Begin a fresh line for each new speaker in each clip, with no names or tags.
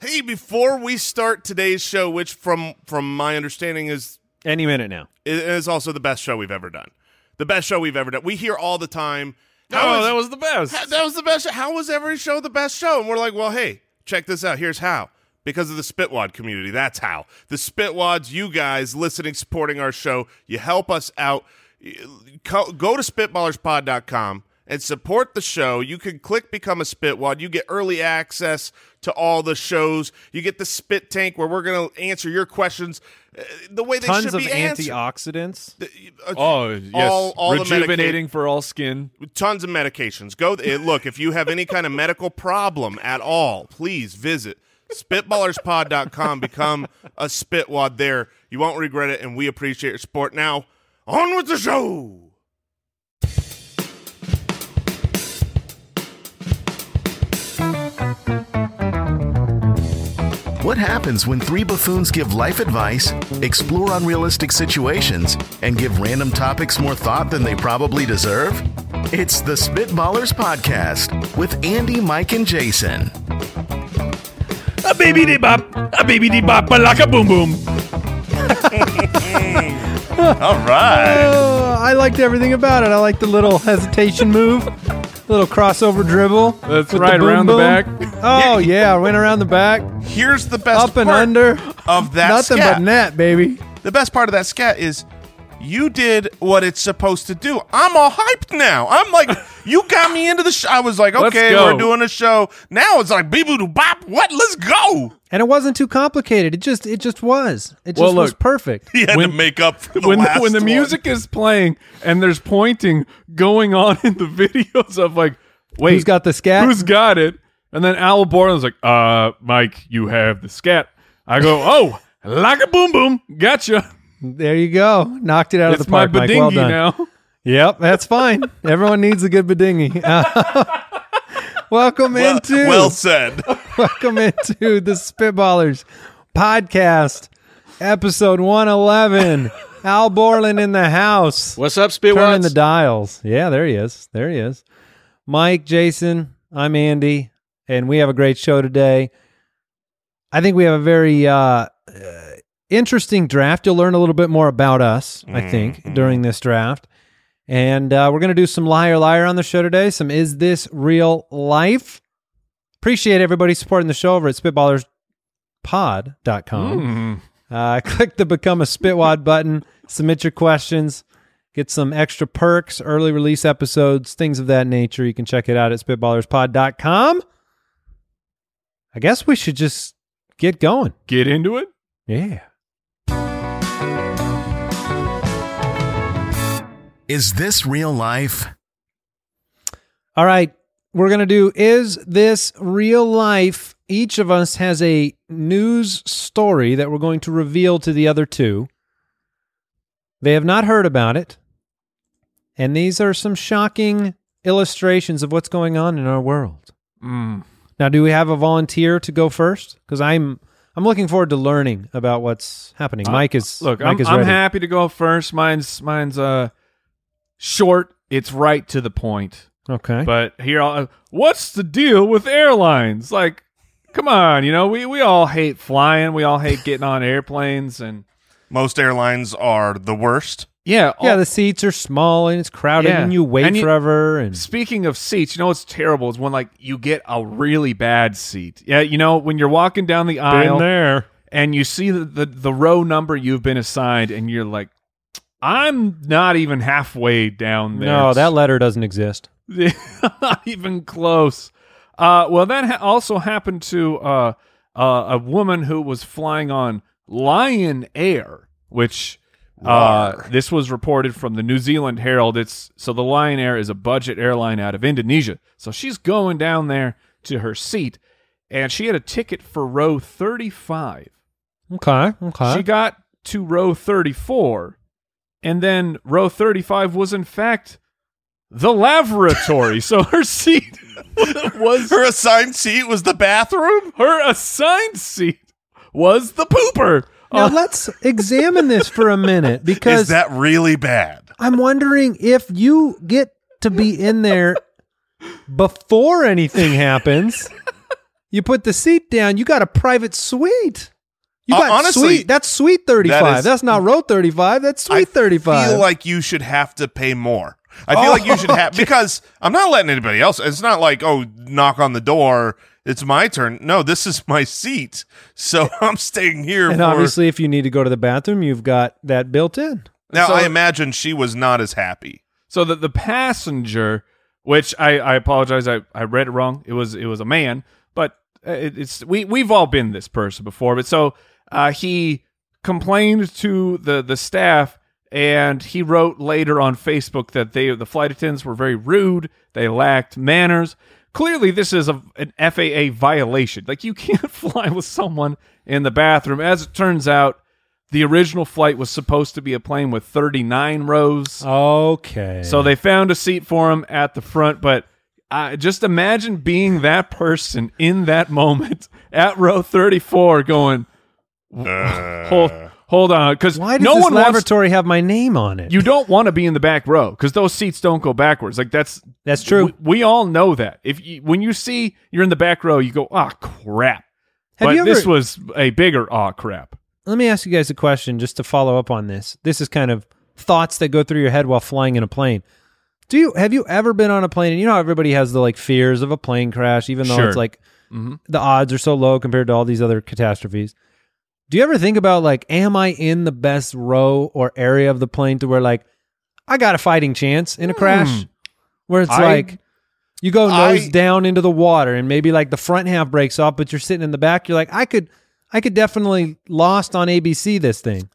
Hey, before we start today's show, which from from my understanding is
Any minute now.
is also the best show we've ever done. The best show we've ever done. We hear all the time.
oh,
is-
that was the best.
Ha- That was the best. show. How was every show the best show? And we're like, well, hey, check this out. Here's how. Because of the Spitwad community. That's how. The Spitwads, you guys listening, supporting our show, you help us out. Y- co- Go to spitballerspod.com and support the show. You can click Become a Spitwad. You get early access to all the shows. You get the Spit Tank where we're going to answer your questions uh, the way they
Tons
should
of
be answered.
antioxidants.
Uh,
Oh yes,
All- all the
rejuvenating for all skin.
tons of medications. Go eh, look if you have any kind of medical problem at all, please visit spitballerspod.com. Become a spitwad there. You won't regret it, and we appreciate your support. Now, on with the show.
What happens when three buffoons give life advice, explore unrealistic situations, and give random topics more thought than they probably deserve? It's the Spitballers Podcast with Andy, Mike, and Jason.
A baby de bop, a baby de bop, balaka boom boom.
All right.
Oh, I liked everything about it. I liked the little hesitation move, little crossover dribble.
That's
with
right,
boom
around the
boom.
back.
Oh yeah, I went around the back,
Here's the best
up and
part
under.
of that
Nothing
scat.
but net, baby.
The best part of that scat is you did what it's supposed to do. I'm all hyped now. I'm like, you got me into the show. I was like,
Let's
okay,
go.
we're doing a show. Now it's like, boo doo bop. What? Let's go.
And it wasn't too complicated. It just it just was. It just
Well,
was
look.
perfect.
He had
When-
to make up for the
when the,
last
when the
one.
music is playing and there's pointing going on in the videos of like, wait,
Who's got the scat?
Who's got it? And then Al Borland's like, uh, Mike, you have the scat. I go, oh, like a boom boom, gotcha.
There you go. Knocked it out of
It's
the
my
park. Mike. Well
bedingy
done.
now.
Yep, that's fine. Everyone needs a good bedingy. welcome
Well-
into
well said.
welcome into the Spitballers podcast, episode one eleven. Al Borland in the house.
What's up,
Turning
Spitwads?
the dials. Yeah, there he is. There he is. Mike, Jason, I'm Andy, and we have a great show today. I think we have a very uh, uh, interesting draft. You'll learn a little bit more about us, I think, during this draft. And uh, we're going to do some liar liar on the show today, some is this real life? Appreciate everybody supporting the show over at
Mm.
spitballerspod.com. Uh, click the Become a Spitwad button, submit your questions, get some extra perks, early release episodes, things of that nature. You can check it out at spitballerspod.com. I guess we should just get going.
Get into it.
Yeah.
Is this real life?
All right. We're going to do Is This Real Life? Each of us has a news story that we're going to reveal to the other two. They have not heard about it. And these are some shocking illustrations of what's going on in our world.
Mm.
Now, do we have a volunteer to go first? Because I'm. I'm looking forward to learning about what's happening. Mike is
Uh, Look,
Mike
I'm,
is
I'm
ready.
happy to go first. Mine's mine's uh short. It's right to the point.
Okay,
But here, I'll, what's the deal with airlines? Like, come on, you know we we all hate flying. We all hate getting on airplanes, and
Most airlines are the worst.
yeah, all-
yeah, the seats are small and it's crowded,
Yeah.
and you wait
And you-
forever. And
Speaking of seats, you know what's terrible is when like you get a really bad seat. Yeah, you know when you're walking down the aisle
there.
and you see the, the the row number you've been assigned, and you're like, I'm not even halfway down there.
No, that letter doesn't exist.
not even close. Uh, well, that ha- also happened to uh, uh, a woman who was flying on Lion Air, which uh, this was reported from the New Zealand Herald. It's so the Lion Air is a budget airline out of Indonesia. So she's going down there to her seat, and she had a ticket for row thirty-five.
Okay, okay.
She got to row 34, and then row 35 was in fact the lavatory. so her seat was
Her assigned seat was the bathroom.
her assigned seat was the pooper.
now
Uh,
let's examine this for a minute because
Is that really bad?
I'm wondering if you get to be in there before anything happens. You put the seat down. You got a private suite. You
Uh,
got
honestly,
suite. That's suite thirty-five.
that is-
that's not row thirty-five. That's suite
I
thirty-five.
feel like you should have to pay more. I feel like you should have because I'm not letting anybody else. It's not like oh, knock on the door. It's my turn. No, this is my seat, so I'm staying here.
and
for,
obviously, if you need to go to the bathroom, you've got that built in.
now
so-
I imagine she was not as happy.
so that the passenger, which I, I apologize, I, I read it wrong. It was it was a man, but it, it's we we've all been this person before. But so uh, he complained to the the staff, and he wrote later on Facebook that they the flight attendants were very rude. They lacked manners. Clearly, this is a, an FAA violation. Like you can't fly with someone in the bathroom. As it turns out. The original flight was supposed to be a plane with 39 rows.
Okay.
So they found a seat for him at the front, but uh, just imagine being that person in that moment at row 34 going, hold, hold on, because
why does
no
this
one wants,
laboratory have my name on it?
you don't want to be in the back row because those seats don't go backwards. Like that's,
That's true.
We, we all know that. If you, when you see you're in the back row, you go, ah, crap.
Have
but
you
this
ever-
was a bigger ah, crap.
Let me ask you guys a question just to follow up on this. This is kind of thoughts that go through your head while flying in a plane. Do you have you ever been on a plane and you know how everybody has the like fears of a plane crash even though
Sure. Mm-hmm.
it's like the odds are so low compared to all these other catastrophes. Do you ever think about like am I in the best row or area of the plane to where like I got a fighting chance in a crash where it's
Hmm. I-
like you go
I-
nose down into the water, and maybe like the front half breaks off, but you're sitting in the back. You're like, I could, I could definitely lost on ABC this thing.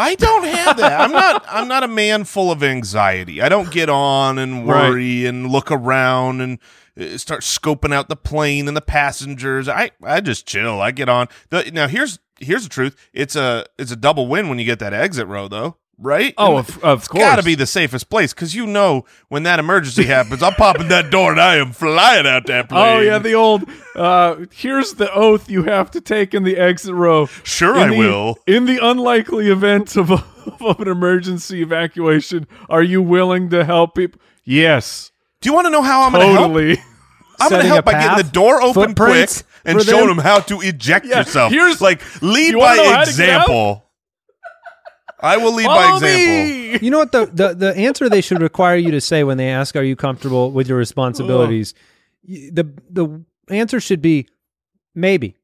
I don't have that. I'm not. I'm not a man full of anxiety. I don't get on and
Right.
worry and look around and uh, start scoping out the plane and the passengers. I I just chill. I get on. The, now here's here's the truth. It's a it's a double win when you get that exit row though, right?
Oh,
And
of, of
it's
course.
got to be the safest place because you know when that emergency happens, I'm popping that door and I am flying out that plane.
Oh yeah, the old. Uh, here's the oath you have to take in the exit row.
Sure,
in
I
the-
will.
In the unlikely event of, a, of an emergency evacuation, are you willing to help people? Yes,
Do you want to know how I'm going to help?
totally.
I'm going to
setting
help
a
by getting the
path,
door open quick
footprints
and
for
showing
them.
them how to eject
Yeah,
yourself.
here's-
like lead
you wanna know
by
how to get out?
example. I will lead by
Follow
example.
me!
You know what the, the the answer they should require you to say when they ask, "Are you comfortable with your responsibilities?" y- The the answer should be maybe,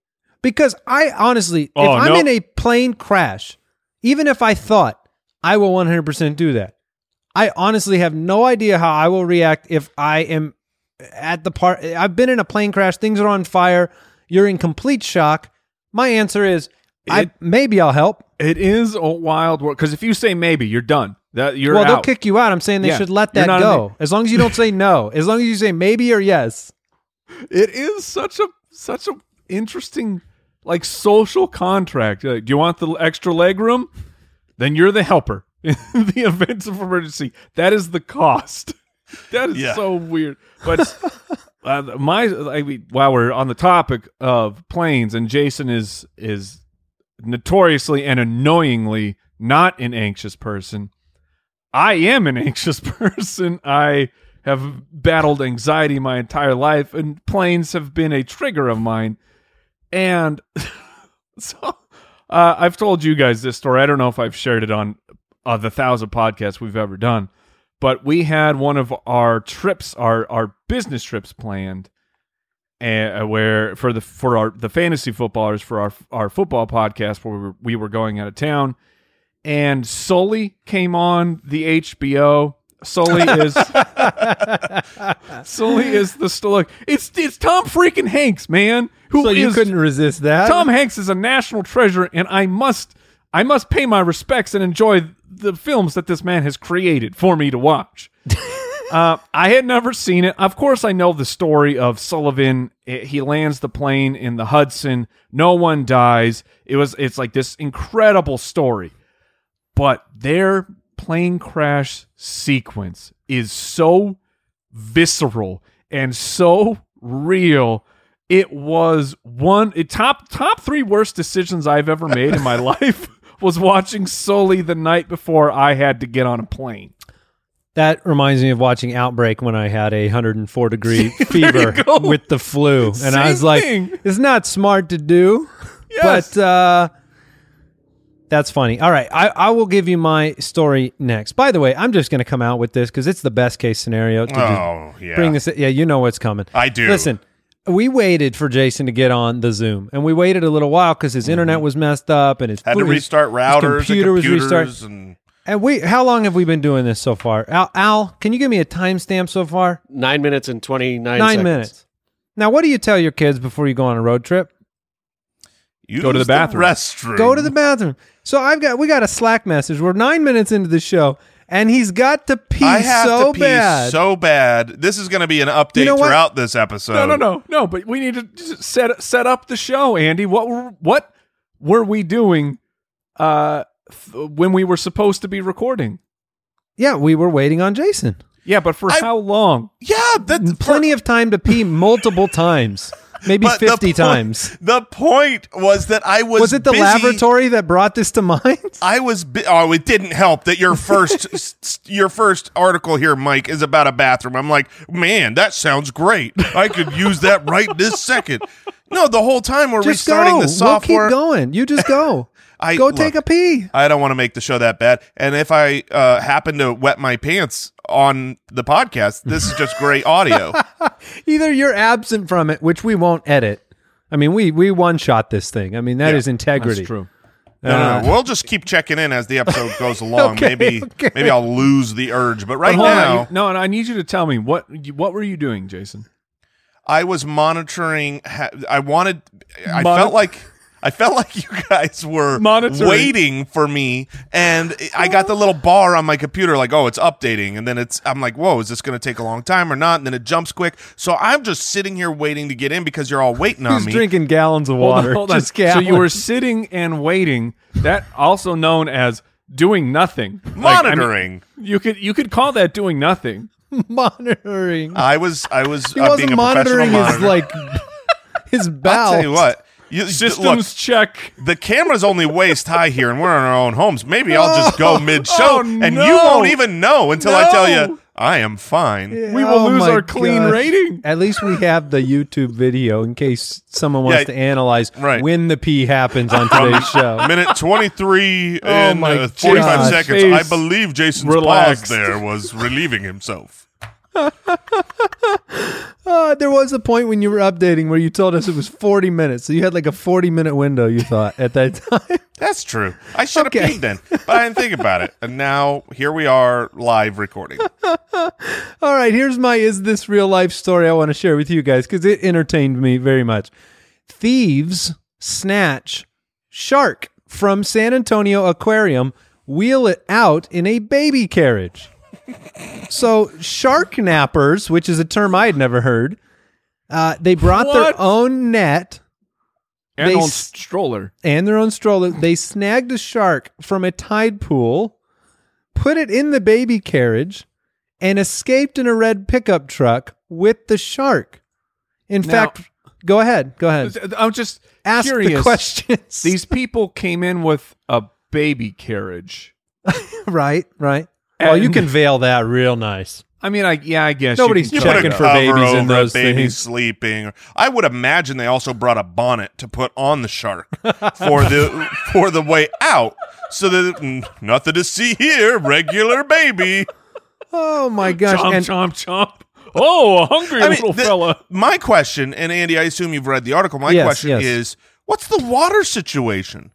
because I honestly, if
Oh,
I'm
no.
in a plane crash, even if I thought I will 100 percent do that, I honestly have no idea how I will react if I am at the part. I've been in a plane crash. Things are on fire. You're in complete shock. My answer is, I
It-
maybe I'll help.
It is a wild world because if you say maybe, you're done. That you're
well, they'll
out.
kick you out. I'm saying they
Yeah.
should let
You're not
that
in
go. As long as you don't say no. As long as you say maybe or yes.
it is such a such a interesting like social contract. You're like, do you want the extra leg room? Then you're the helper in the events of emergency. That is the cost. That is
Yeah.
so weird. But uh, my I mean, while we're on the topic of planes, and Jason is is notoriously and annoyingly not an anxious person. I am an anxious person. I have battled anxiety my entire life, and planes have been a trigger of mine. And so uh, I've told you guys this story. I don't know if I've shared it on uh, the thousand podcasts we've ever done, but we had one of our trips, our our business trips planned, uh, where for the for our the fantasy footballers for our our football podcast where we were, we were going out of town, and Sully came on the HBO. Sully is Sully is the still look. It's it's Tom freaking Hanks, man. Who
So you
is-
couldn't resist that.
Tom Hanks is a national treasure, and I must I must pay my respects and enjoy the films that this man has created for me to watch. uh, I had never seen it. Of course, I know the story of Sullivan. Eh, he lands the plane in the Hudson. No one dies. It was it's like this incredible story, but their plane crash sequence is so visceral and so real. It was one it top top three worst decisions I've ever made in my life was watching Sully the night before I had to get on a plane.
That reminds me of watching Outbreak when I had a 104 degree fever
go.
with the flu. And I
Same
was like,
thing.
it's not smart to do.
Yes.
But uh, that's funny. All right. I, I will give you my story next. By the way, I'm just going to come out with this because it's the best case scenario. To just
Oh, yeah.
Bring this. Yeah, you know what's coming.
I do.
Listen, we waited for Jason to get on the Zoom, and we waited a little while because his internet was messed up and his
Mm-hmm. Had to
his-
restart
his
routers,
computer
and
was
computers,
restart.
and
And we, how long have we been doing this so far? Al, Al can you give me a timestamp so far?
Nine minutes and 29
Nine
seconds.
minutes. Now, what do you tell your kids before you go on a road trip?
use
Go to the bathroom.
restroom.
Go to the bathroom. So I've got, we got a Slack message. We're nine minutes into the show, and he's got to pee
I have
so
to pee
bad.
so bad. This is going to be an update
You know what?
throughout this episode.
No, no, no, no. But we need to just set set up the show, Andy. What were, what were we doing uh, th- when we were supposed to be recording?
yeah, we were waiting on Jason.
Yeah, but for
I-
how long?
Yeah, that's
Plenty of time to pee multiple times, maybe
but the
fifty
point-
times.
The point was that I was
Was it the
busy-
laboratory that brought this to mind?
I was bi- oh, it didn't help that your first s- s- your first article here, Mike, is about a bathroom. I'm like, man, that sounds great. I could use that right this second. No, the whole time we're
Just
restarting
go.
the software.
We'll keep going. You just go.
I-
go
look,
take a pee.
I don't want to make the show that bad. And if I uh, happen to wet my pants on the podcast, this is just great audio.
Either you're absent from it, which we won't edit. I mean, we we one shot this thing. I mean, that is
Yeah,
integrity.
That's true.
No, no, no. We'll just keep checking in as the episode goes along.
Okay,
maybe
okay.
maybe I'll lose the urge. But right
But hold
now,
on. You- no, and I need you to tell me what you- what were you doing, Jason?
I was monitoring. ha- I wanted. I
Moni-
felt like. I felt like you guys were
Monitoring.
waiting for me, and I got the little bar on my computer, like, "Oh, it's updating," and then it's. I'm like, "Whoa, is this going to take a long time or not?" And then it jumps quick, so I'm just sitting here waiting to get in because you're all waiting on
Who's
me.
drinking gallons of
Hold on,
water?
hold on.
Just gallons.
So you were sitting and waiting. That also known as doing nothing. Like, I mean,
monitoring.
you could you could call that doing nothing.
monitoring.
I, was. I was.
he
uh, being
wasn't
a professional
monitoring his
monitor.
like his
I'll
bowels.
tell you what. You,
Systems
look,
check.
the camera's only waist high here and we're in our own homes. Maybe I'll just go mid show
Oh,
and you
no.
won't even know until I tell
No.
you I am fine.
We will
Oh
lose
my
our clean
gosh.
rating.
At least we have the YouTube video in case someone wants
Yeah,
to analyze
right.
when the pee happens on today's show.
Minute 23 and
Oh my
uh, 45
God.
seconds.
Face
I believe Jason's
relaxed.
pause there was relieving himself.
Uh, there was a point when you were updating where you told us it was 40 minutes. So you had like a 40 minute window, you thought, at that time.
That's true. I should have
Okay.
peed then, but I didn't think about it. And now here we are live recording.
All right, here's my is this real life story I want to share with you guys because it entertained me very much. Thieves snatch shark from San Antonio Aquarium, wheel it out in a baby carriage. so, shark nappers, which is a term I had never heard, uh, they brought
What?
their own net
And
They
on
s-
stroller.
and their own stroller. They snagged a shark from a tide pool, put it in the baby carriage, and escaped in a red pickup truck with the shark. In
Now-
fact, go ahead. Go ahead.
I'm just
Ask
curious.
the questions.
These people came in with a baby carriage.
right, right. Well, you
And-
can veil that real nice.
I mean, I yeah, I guess
Nobody's
you can
Put a
cover
checking
it
for
up.
cover
babies in
over
those
a baby
things.
sleeping. I would imagine they also brought a bonnet to put on the shark for the for the way out, so that mm, nothing to see here, regular baby.
Oh my gosh!
chomp
and
chomp chomp. Oh, a hungry
I mean,
little
the-
fella.
My question, and Andy, I assume you've read the article. My
Yes,
question
yes.
is, what's the water situation?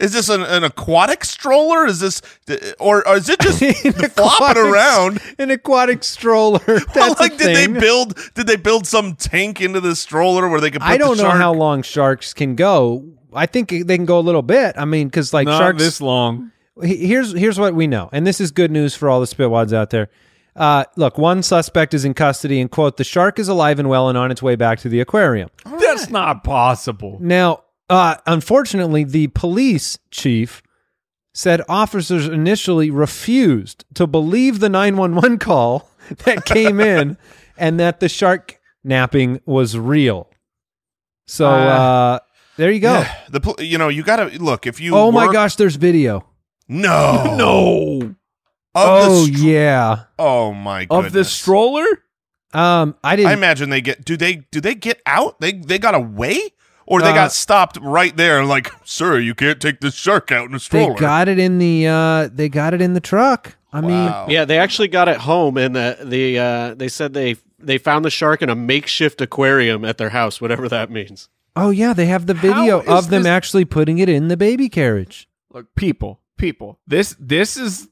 Is this an, an aquatic stroller? Is this, or, or is it just
an
flopping
aquatic-
around?
an aquatic stroller. That's
Well,
a
like, did
thing.
they build? Did they build some tank into the stroller where they could? Put
I don't
the
know
shark?
how long sharks can go. I think they can go a little bit. I mean, because like
Not
sharks,
this long.
he- here's here's what we know, and this is good news for all the spitwads out there. Uh, look, one suspect is in custody, and quote, the shark is alive and well and on its way back to the aquarium.
That's not possible.
Now, uh, unfortunately, the police chief said officers initially refused to believe the 911 call that came in and that the shark napping was real. So uh, there you go.
The pl- you know you gotta look if you.
oh my
work-
gosh, there's video.
No,
No.
oh
the str-
yeah.
Oh my
of
goodness.
the stroller.
Um, I didn't.
I imagine they get do they do they get out? They they got away? Or they
Uh,
got stopped right there and like, sir, you can't take this shark out in a
they
stroller.
got it in the. Uh, they got it in the truck. I mean,
Wow.
Yeah, they actually got it home, and the the uh, they said they they found the shark in a makeshift aquarium at their house, whatever that means.
oh yeah, they have the video
How is
of them
this-
actually putting it in the baby carriage.
Look, people, people. This this is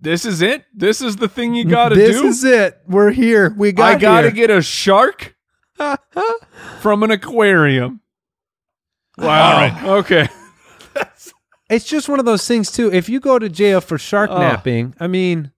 this is it. This is the thing you got to do.
this is it. We're here. We got.
I got to
here.
get a shark from an aquarium. Wow. Okay.
It's just one of those things too. If you go to jail for shark
Ugh.
napping, I mean,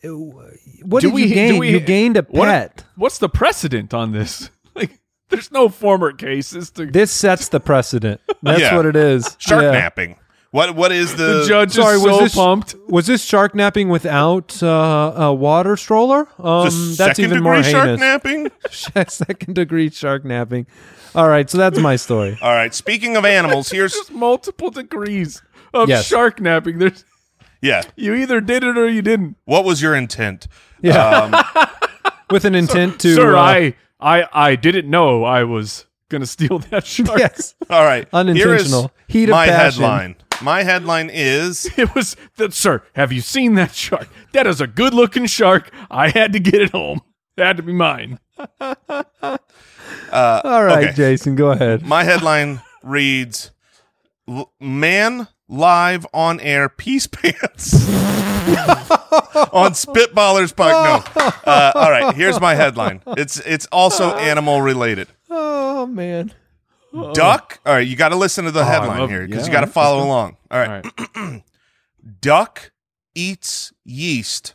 it- what
Do
did
we-
you
do
gain?
we-
you gained a
what-
pet.
What's the precedent on this? Like there's no former cases to
This sets the precedent. That's
Yeah.
what it is.
Shark
Yeah.
napping. What what is the,
the judge
sorry,
is
was
so
this-
pumped.
Was this shark napping without uh, a water stroller? Um,
the
that's
second
even
degree
more
shark
heinous.
napping?
second degree shark napping. All right, so that's my story.
All right. Speaking of animals, here's
There's multiple degrees of
Yes.
shark napping. There's
yeah.
you either did it or you didn't.
What was your intent?
Yeah,
Um,
with an intent to
Sir,
uh,
I I I didn't know I was going to steal that shark.
yes,
all right.
Unintentional.
Here
Heat
is
of
my
passion.
headline. My headline is
It was that sir, have you seen that shark? That is a good-looking shark. I had to get it home. It had to be mine.
All right,
okay.
Jason, go ahead.
my headline reads "L- Man live on air peace pants on Spitballers Park. No. Uh, all right, here's my headline. It's it's also animal related.
Oh man,
Duck. All right, you got to listen to the
Oh. I
headline
love-
here because you got
yeah,
to
let's
follow along. All right.
All right.
Duck eats yeast,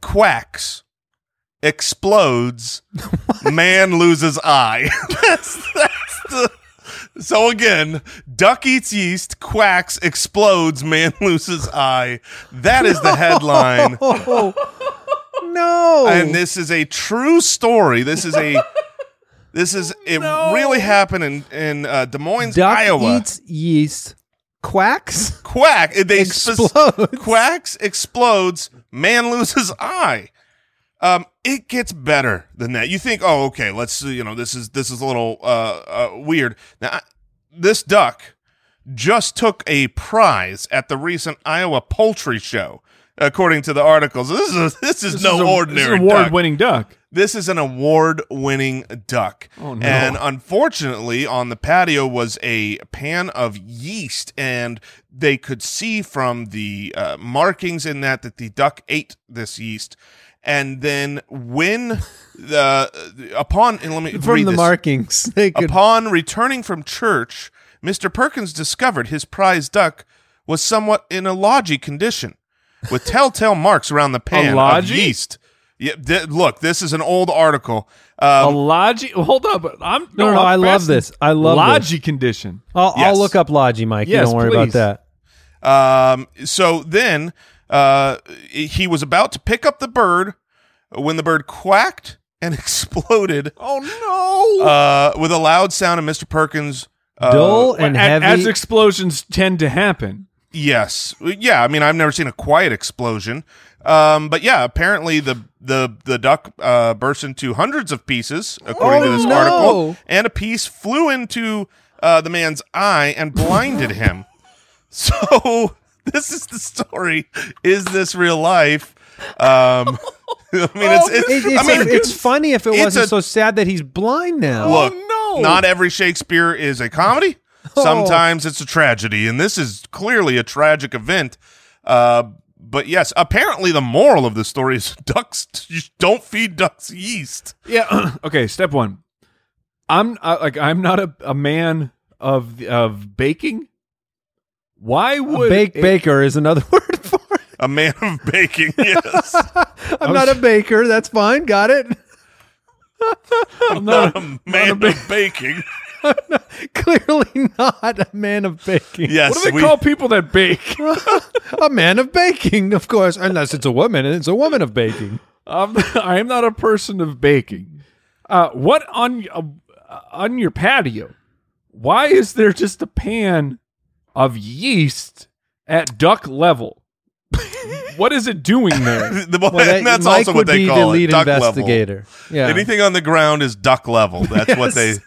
quacks, explodes, man loses eye. that's, that's the. So again, duck eats yeast, quacks, explodes, man loses eye. That is the headline.
Oh no!
And this is a true story. This is a. This is it. Really happened in in uh, Des Moines,
Duck
Iowa.
eats yeast, quacks,
quack. They spec-
explodes.
quacks explodes man loses eye um it gets better than that you think oh okay let's uh, you know this is this is a little uh, uh weird now I, this duck just took a prize at the recent iowa poultry show according to the articles this is a, this is
This
no
is a- this is
ordinary
an
duck.
award-winning duck.
This is an award winning duck.
Oh, no.
And unfortunately, on the patio was a pan of yeast, and they could see from the uh, markings in that that the duck ate this yeast. And then, when the upon, and let me
from
read
the
this.
markings. They could.
Upon returning from church, Mr. Perkins discovered his prize duck was somewhat in a lodgy condition, with telltale marks around the pan of
lodgy?
yeast. Yeah, th- look, this is an old article.
a
Um,
logi. Hold up, I'm
No,
I'm
no, I love
fascinated.
this. I love this.
logi condition.
I'll,
Yes.
I'll look up Logi, Mike.
Yes,
you don't worry
please.
about that.
Um, so then uh, he was about to pick up the bird when the bird quacked and exploded
Oh no!
uh, with a loud sound, and Mr. Perkins. Uh,
Dull and heavy.
as explosions tend to happen.
Yes. Yeah. I mean, I've never seen a quiet explosion. Um, but yeah, apparently the the the duck uh, burst into hundreds of pieces, according to
Oh,
this
no.
article, and a piece flew into uh, the man's eye and blinded him. So this is the story. Is this real life? Um, I mean, it's, it's,
It-
I
it's,
mean,
it's funny if it
it's
wasn't
a-
so sad that he's blind now.
look,
Oh, no.
not every Shakespeare is a comedy. Sometimes it's a tragedy, and this is clearly a tragic event. Uh, but yes, apparently the moral of the story is ducks. You don't feed ducks yeast.
Yeah. okay. Step one. I'm I, like I'm not a, a man of of baking. Why would
Bake
a-
baker is another word for it.
A man of baking. Yes,
I'm not a baker. That's fine. Got it.
I'm not a man of baking.
Clearly not a man of baking.
Yes,
What do they
we-
call people that bake?
A man of baking, of course, unless it's a woman, and it's a woman of baking.
I'm, I am not a person of baking. Uh, what on uh, on your patio? Why is there just a pan of yeast at duck level? What is it doing there?
The- well,
Well, that-
and that's
Mike
also
would
what they
be
call
the lead
it, duck level.
investigator. Yeah.
Anything on the ground is duck level. That's what they.
Yes.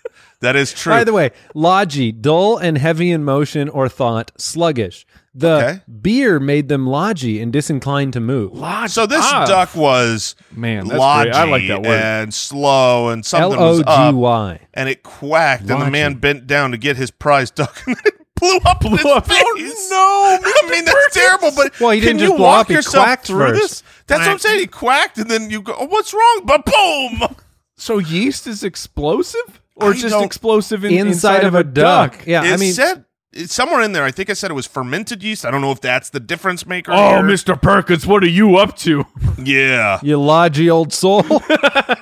That is true.
By the way, logi, dull and heavy in motion or thought, sluggish. The
Okay.
beer made them logy and disinclined to move.
Lodge
so this
off.
duck was
Ah, Man, that's
lodgy
great. I like that word.
and slow and
L
something
O
was
G
up
Y.
and it quacked and the man
Lodgy.
bent down to get his prize duck and it blew up in his
Blew up.
face.
Oh, no,
I mean that's terrible. But
Well, he
can
didn't just
you
blow
walk
up, he
yourself
quacked
through
first.
this? That's what I'm
Quack.
saying. He quacked and then you go, oh, "What's wrong?" But boom.
So yeast is explosive, or
I
just
don't-
explosive in,
Inside, of a duck. Yeah,
it
I mean,
said it's somewhere in there. I think I said it was fermented yeast. I don't know if that's the difference maker.
Oh,
here.
Mister Perkins, what are you up to?
Yeah.
you logy old soul.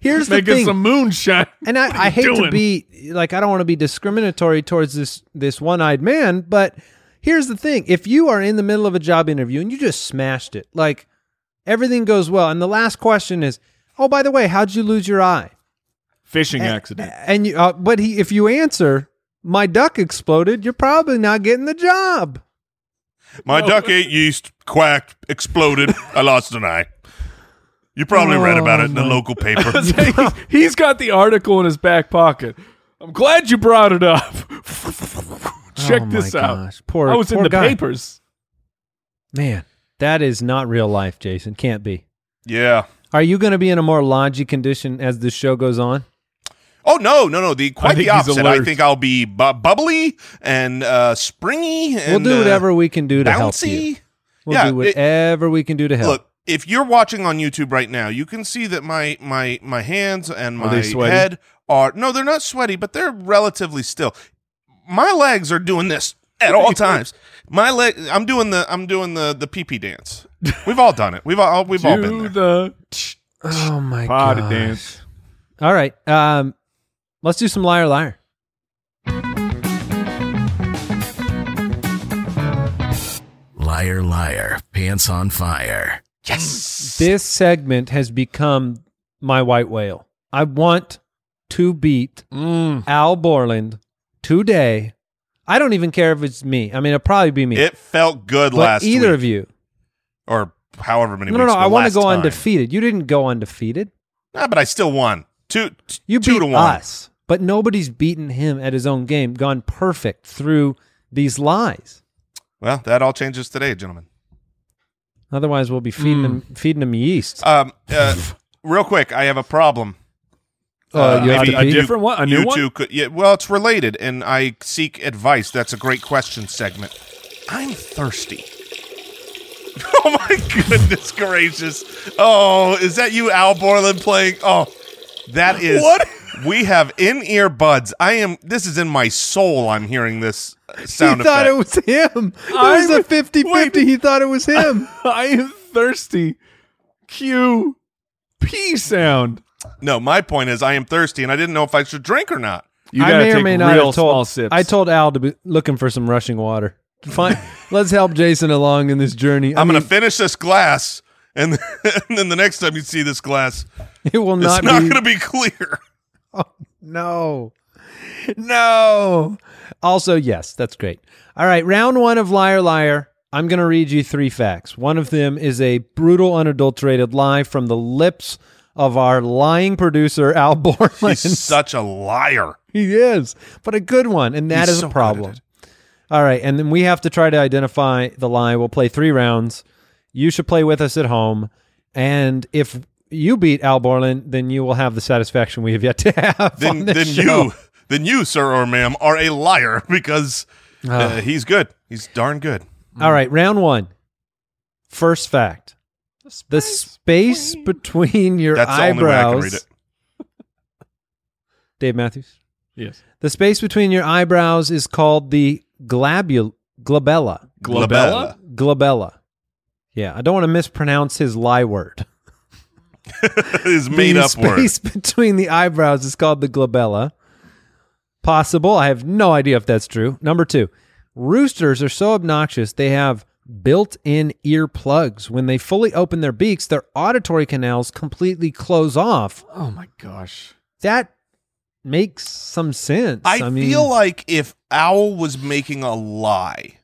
Here's the
Making
thing.
some moonshine.
and I, I hate to
doing?
be like I don't want to be discriminatory towards this this one eyed man, but here's the thing: if you are in the middle of a job interview and you just smashed it, like everything goes well, and the last question is, "Oh, by the way, how'd you lose your eye?"
Fishing accident.
And you, uh, but he, if you answer, "My duck exploded," you're probably not getting the job.
My duck ate yeast, quacked, exploded. I lost an eye. You probably read about it
Oh,
in the local paper.
He's- he's got the article in his back pocket. I'm glad you brought it up. Check
Oh my
this out.
gosh. Poor-
I was in
poor
the
guy.
papers.
Man, that is not real life, Jason. Can't be.
yeah.
Are you going to be in a more logy condition as the show goes on?
Oh no, no, no! The quite
think
the
he's
opposite. I
alert.
think I'll be bu- bubbly and uh, springy. And,
we'll do
uh,
whatever we can do to help you.
bouncy.
We'll
Yeah,
do
it-
whatever we can do to help.
Look, if you're watching on YouTube right now, you can see that my my my hands and
Are they
my
sweaty?
head are no, they're not sweaty, but they're relatively still. My legs are doing this at all times. My leg, I'm doing the I'm doing the the pee pee dance. We've all done it. We've all we've all been
Do
there.
the
oh my
potted
gosh.
dance.
All right, um, let's do some liar liar.
Liar, liar, pants on fire.
This segment has become my white whale. I want to beat
Mm.
Al Borland today. I don't even care if it's me. I mean, it'll probably be me.
It felt good
but
last
either
week,
of you.
or however many.
No, no,
weeks
no. I want to go
on
undefeated. You didn't go undefeated.
Ah, but I still won two t-
You
two
beat
to one.
us, but nobody's beaten him at his own game. Gone perfect through these lies.
Well, that all changes today, gentlemen.
Otherwise, we'll be
Hmm.
feeding him feeding him yeast.
Um, uh, real quick, I have a problem.
Uh, you have
maybe
to pee?
A different one? A new
you
one?
two could. Yeah, well, it's related, and I seek advice. That's a great question segment. I'm thirsty. Oh my goodness gracious! Oh, is that you, Al Borland playing? Oh, that is
What?
we have in ear buds. I am. This is in my soul. I'm hearing this uh, sound
he thought
effect.
it was him. It
I
was a
would-
50 50. He thought it was him.
I am thirsty. Q P sound.
no, my point is, I am thirsty, and I didn't know if I should drink or not.
You
I
gotta
may or
take
may not
real
have
small
told.
sips.
I told Al to be looking for some rushing water. Fine. Let's help Jason along in this journey. I
I'm going to
mean,
finish this glass, and, and then the next time you see this glass,
It will
it's
not,
not
be.
going to be clear.
no. No. Also, yes, that's great. All right, round one of Liar Liar. I'm going to read you three facts. One of them is a brutal, unadulterated lie from the lips of our lying producer, Al Borland.
He's such a liar.
He is, but a good one, and that
He's
is
so
a
good
problem.
at it.
All right, and then we have to try to identify the lie. We'll play three rounds. You should play with us at home, and if you beat Al Borland, then you will have the satisfaction we have yet to have.
Then,
on this
then
show.
you, then you, sir or ma'am, are a liar because
Oh.
uh, he's good. He's darn good.
All right, round one. First fact: the space between your
That's the only way I
eyebrows.
can read it.
Dave Matthews.
Yes.
The space between your eyebrows is called the glabul- glabella.
Glabella.
Glabella. Yeah, I don't want to mispronounce his lie word.
His made
the
up word.
space between the eyebrows is called the glabella. Possible. I have no idea if that's true. Number two, roosters are so obnoxious they have built-in ear plugs. When they fully open their beaks, their auditory canals completely close off.
Oh my gosh.
That makes some sense.
I,
mean,
feel like if Owl was making a lie,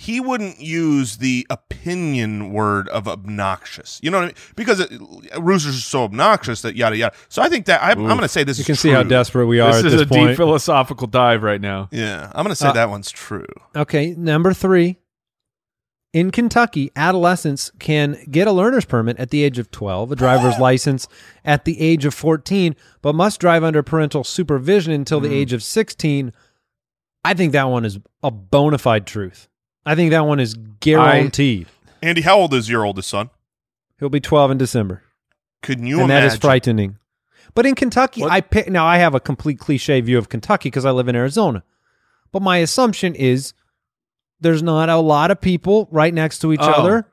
he wouldn't use the opinion word of obnoxious. You know what I mean? Because it, roosters are so obnoxious that yada yada. So I think that I, I'm going to say this.
You
is
can see how
true.
desperate we are
This
at
is
this
a
point.
deep philosophical dive right now.
Yeah, I'm going to say
Uh,
that one's true.
Okay, number three. In Kentucky, adolescents can get a learner's permit at the age of 12, a driver's license at the age of 14, but must drive under parental supervision until the age of 16. I think that one is a bona fide truth. I think that one is guaranteed.
Andy, how old is your oldest son?
He'll be 12 in December.
Can you
and
imagine?
that is frightening. But in Kentucky, I pick now. I have a complete cliche view of Kentucky because I live in Arizona. But my assumption is there's not a lot of people right next to each
Oh.
other,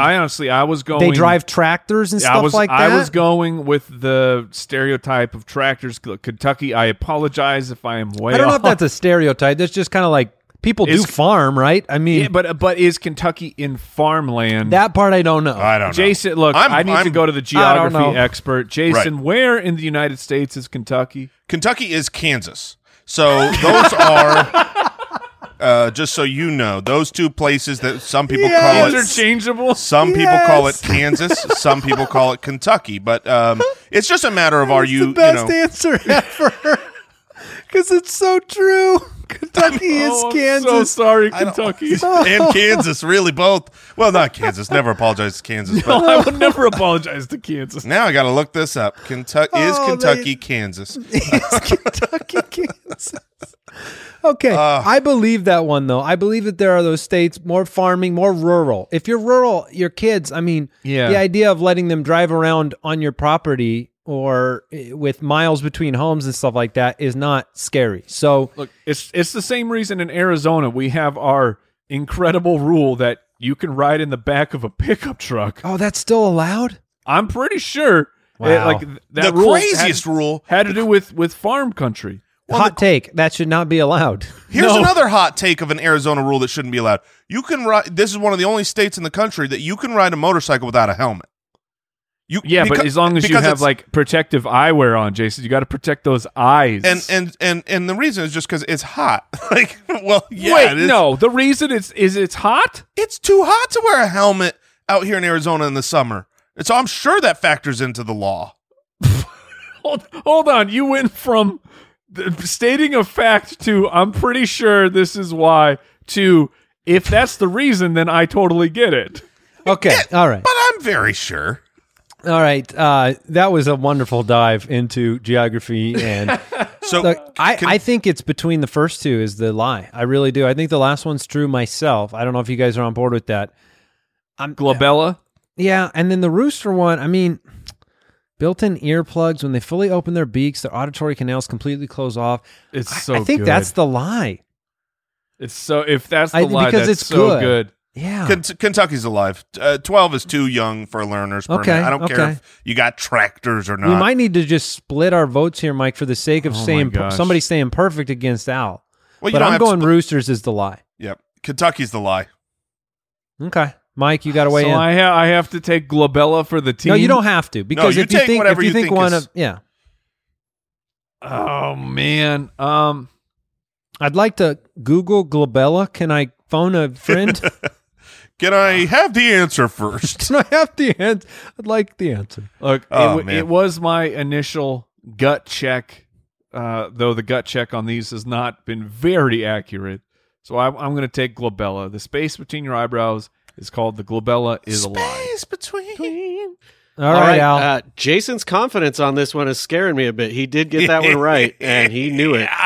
I, I honestly, I was going.
they drive tractors and
Yeah,
stuff
I was,
like that.
I was going with the stereotype of tractors. Kentucky. I apologize if I am way.
I don't know if
off.
that's a stereotype. That's just kind of like people do
It's-
farm, right? I mean,
Yeah, but but is Kentucky in farmland?
that part I don't know.
I don't know.
Jason, look,
I'm-
i need to
I'm-
go to the
I don't
geography
know.
expert. Jason, where in the United States is Kentucky?
Kentucky is Kansas. So those are uh, just so you know, those two places that some people call it
Interchangeable.
Oh, some people call it
Yes.
Kansas, some people call it Kentucky, but um, it's just a matter of are
It's
you
the
you
best
know
answer ever? Because it's so true. Kentucky is
Oh, I'm
Kansas.
so sorry,
I don't-
Kentucky.
and Kansas really both. Well, not Kansas. Never apologize to Kansas, but
I will never apologize to Kansas.
now I got to look this up. Kentucky is
Oh,
Kentucky
they-
Kansas.
It's Kentucky, Kansas. Okay,
Ah.
I believe that one though. I believe that there are those states more farming, more rural. If you're rural, your kids, I mean,
Yeah.
the idea of letting them drive around on your property or eh, with miles between homes and stuff like that is not scary. So,
Look, it's it's the same reason in Arizona we have our incredible rule that you can ride in the back of a pickup truck.
oh, that's still allowed?
I'm pretty sure.
Wow.
it- like th- that
The
rule had-
craziest rule.
had to do with with farm country.
Hot take, that should not be allowed.
Here's
No.
another hot take of an Arizona rule that shouldn't be allowed. You can ride. This is one of the only states in the country that you can ride a motorcycle without a helmet. You
Yeah,
becau-
but as long as you
because
have
it's-
like protective eyewear on, Jason, you got to protect those eyes.
and and and and the reason is just because it's hot. Like, well, yeah, it
wait,
is-
no, the reason it's is it's hot.
it's too hot to wear a helmet out here in Arizona in the summer. And so I'm sure that factors into the law.
Hold, hold on, you went from th- stating a fact to I'm pretty sure this is why to if that's the reason, then I totally get it.
Okay, all right.
But I'm very sure.
All right. Uh, that was a wonderful dive into geography and
So
Look, I, I think it's between the first two is the lie. I really do. I think the last one's true myself. I don't know if you guys are on board with that.
Glabella.
Yeah, and then the rooster one, I mean, built-in earplugs when they fully open their beaks, their auditory canals completely close off.
It's
I-
so
I, think
good.
that's the lie.
it's so if that's the
I-
lie,
because
that's
it's
so
good.
good.
Yeah.
Ken- Kentucky's alive. Uh, Twelve is too young for a learner's permit.
Okay,
I don't care
okay.
if you got tractors or not.
we might need to just split our votes here, Mike, for the sake of
Oh my
saying
gosh.
somebody saying perfect against Al.
well, you
but
don't
I'm
have to
going
split-
roosters is the lie.
Yep. Kentucky's the lie.
Okay. Mike, you got to weigh
So
in.
I ha- I have to take Glabella for the team.
no, you don't have to because
you
if you
take
think if
whatever
you,
you
think,
think
one
is-
of yeah,
Oh man. Um.
I'd like to Google glabella. Can I phone a friend?
Can I
Ah.
have the answer first?
Can I have the answer? I'd like the answer.
Look, it,
Oh,
w-
man.
it was my initial gut check, uh, though the gut check on these has not been very accurate. So I, I'm going to take glabella. The space between your eyebrows is called the glabella is a lie.
Space between.
All right, Al.
Uh, Jason's confidence on this one is scaring me a bit. He did get that one right, and he knew it.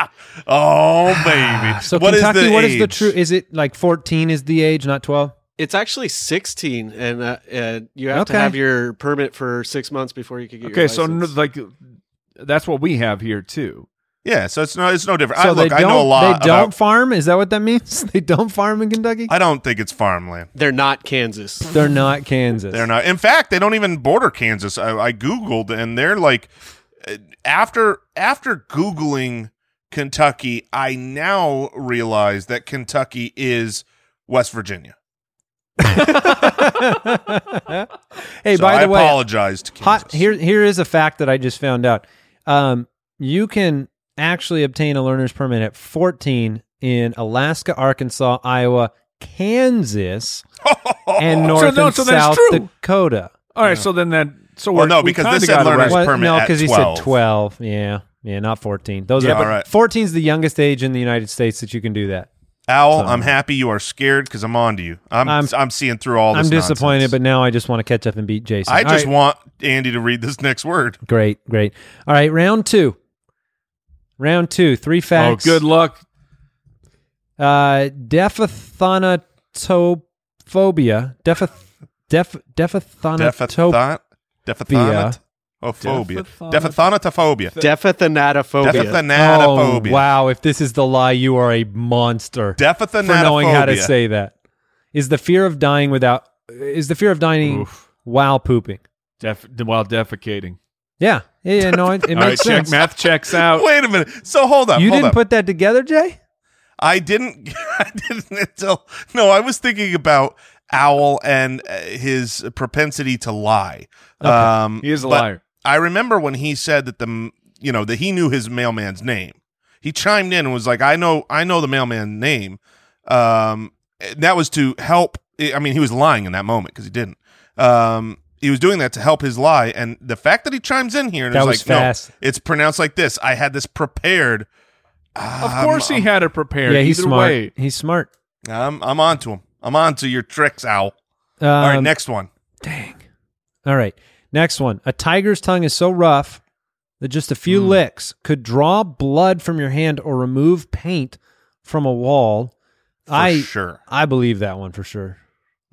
Oh baby.
Ah, so
What is
Kentucky, what is the
age?
true? Is it like fourteen is the age, not twelve?
It's actually 16, and uh, uh, you have to
Okay.
have your permit for six months before you could get your
Okay, so n-
license.
like that's what we have here too.
Yeah, so it's no it's no different.
So
I
they
look,
don't.
I know a lot
they don't
about
farm. Is that what that means? they don't farm in Kentucky.
I don't think it's farmland.
they're not Kansas.
They're not Kansas.
They're not. In fact, they don't even border Kansas. I, I googled, and they're like, uh, after after googling Kentucky, I now realize that Kentucky is West Virginia.
hey,
So
by
I
the way,
apologize to Kansas.
hot, here here is a fact that I just found out. Um, you can actually obtain a learner's permit at fourteen in Alaska, Arkansas, Iowa, Kansas and North
no,
and
Oh, so that's
South
true.
Dakota.
All right, so then that so
Well,
we're,
no,
we
because
kinda
they said
got it
learners-
right.
Well,
permit
no,
at
because he said
12.
12. Yeah. Yeah, not 14. Those
Yeah,
are
all right.
14 is the youngest age in the United States that you can do that.
Owl, I'm happy you are scared because I'm on to you. I'm, I'm
I'm-
seeing through all this.
I'm disappointed,
nonsense.
but now I just want to catch up and beat Jason.
I
All
just
right.
want Andy to read this next word.
Great, great. All right, round two. Round two, three
Oh,
facts.
good luck.
Uh, defathonatophobia. Defath, def, defathonatophobia.
Defathon, defathonat, oh phobia, defathonatophobia,
Defathonatophobia.
Oh,
defathonatophobia,
wow. If this is the lie, you are a monster for knowing how to
defathonatophobia.
say that. Is the fear of dying without, is the fear of dying
Oof.
while pooping?
Def, while defecating.
Yeah. Yeah, yeah no, it, it
All
makes
right, check
sense.
math checks out.
Wait a minute. So hold up,
you
hold
didn't
up.
put that together, Jay?
I didn't. I didn't until no. I was thinking about Owl and uh, his propensity to lie. Um,
He is a
but
liar.
I remember when he said that the m- you know that he knew his mailman's name. He chimed in and was like, "I know, I know the mailman name." Um, and that was to help. I mean, he was lying in that moment because he didn't. Um, he was doing that to help his lie, and the fact that he chimes in here and
That
is
was
like,
fast.
"No, it's pronounced like this." I had this prepared.
Of course, he had it prepared.
Yeah, he's
Either
smart.
way.
He's smart.
I'm I'm on to him. I'm on to your tricks, Owl.
Um,
All right, next one.
Dang. All right. Next one. A tiger's tongue is so rough that just a few licks could draw blood from your hand or remove paint from a wall.
For
I
sure.
I believe that one for sure.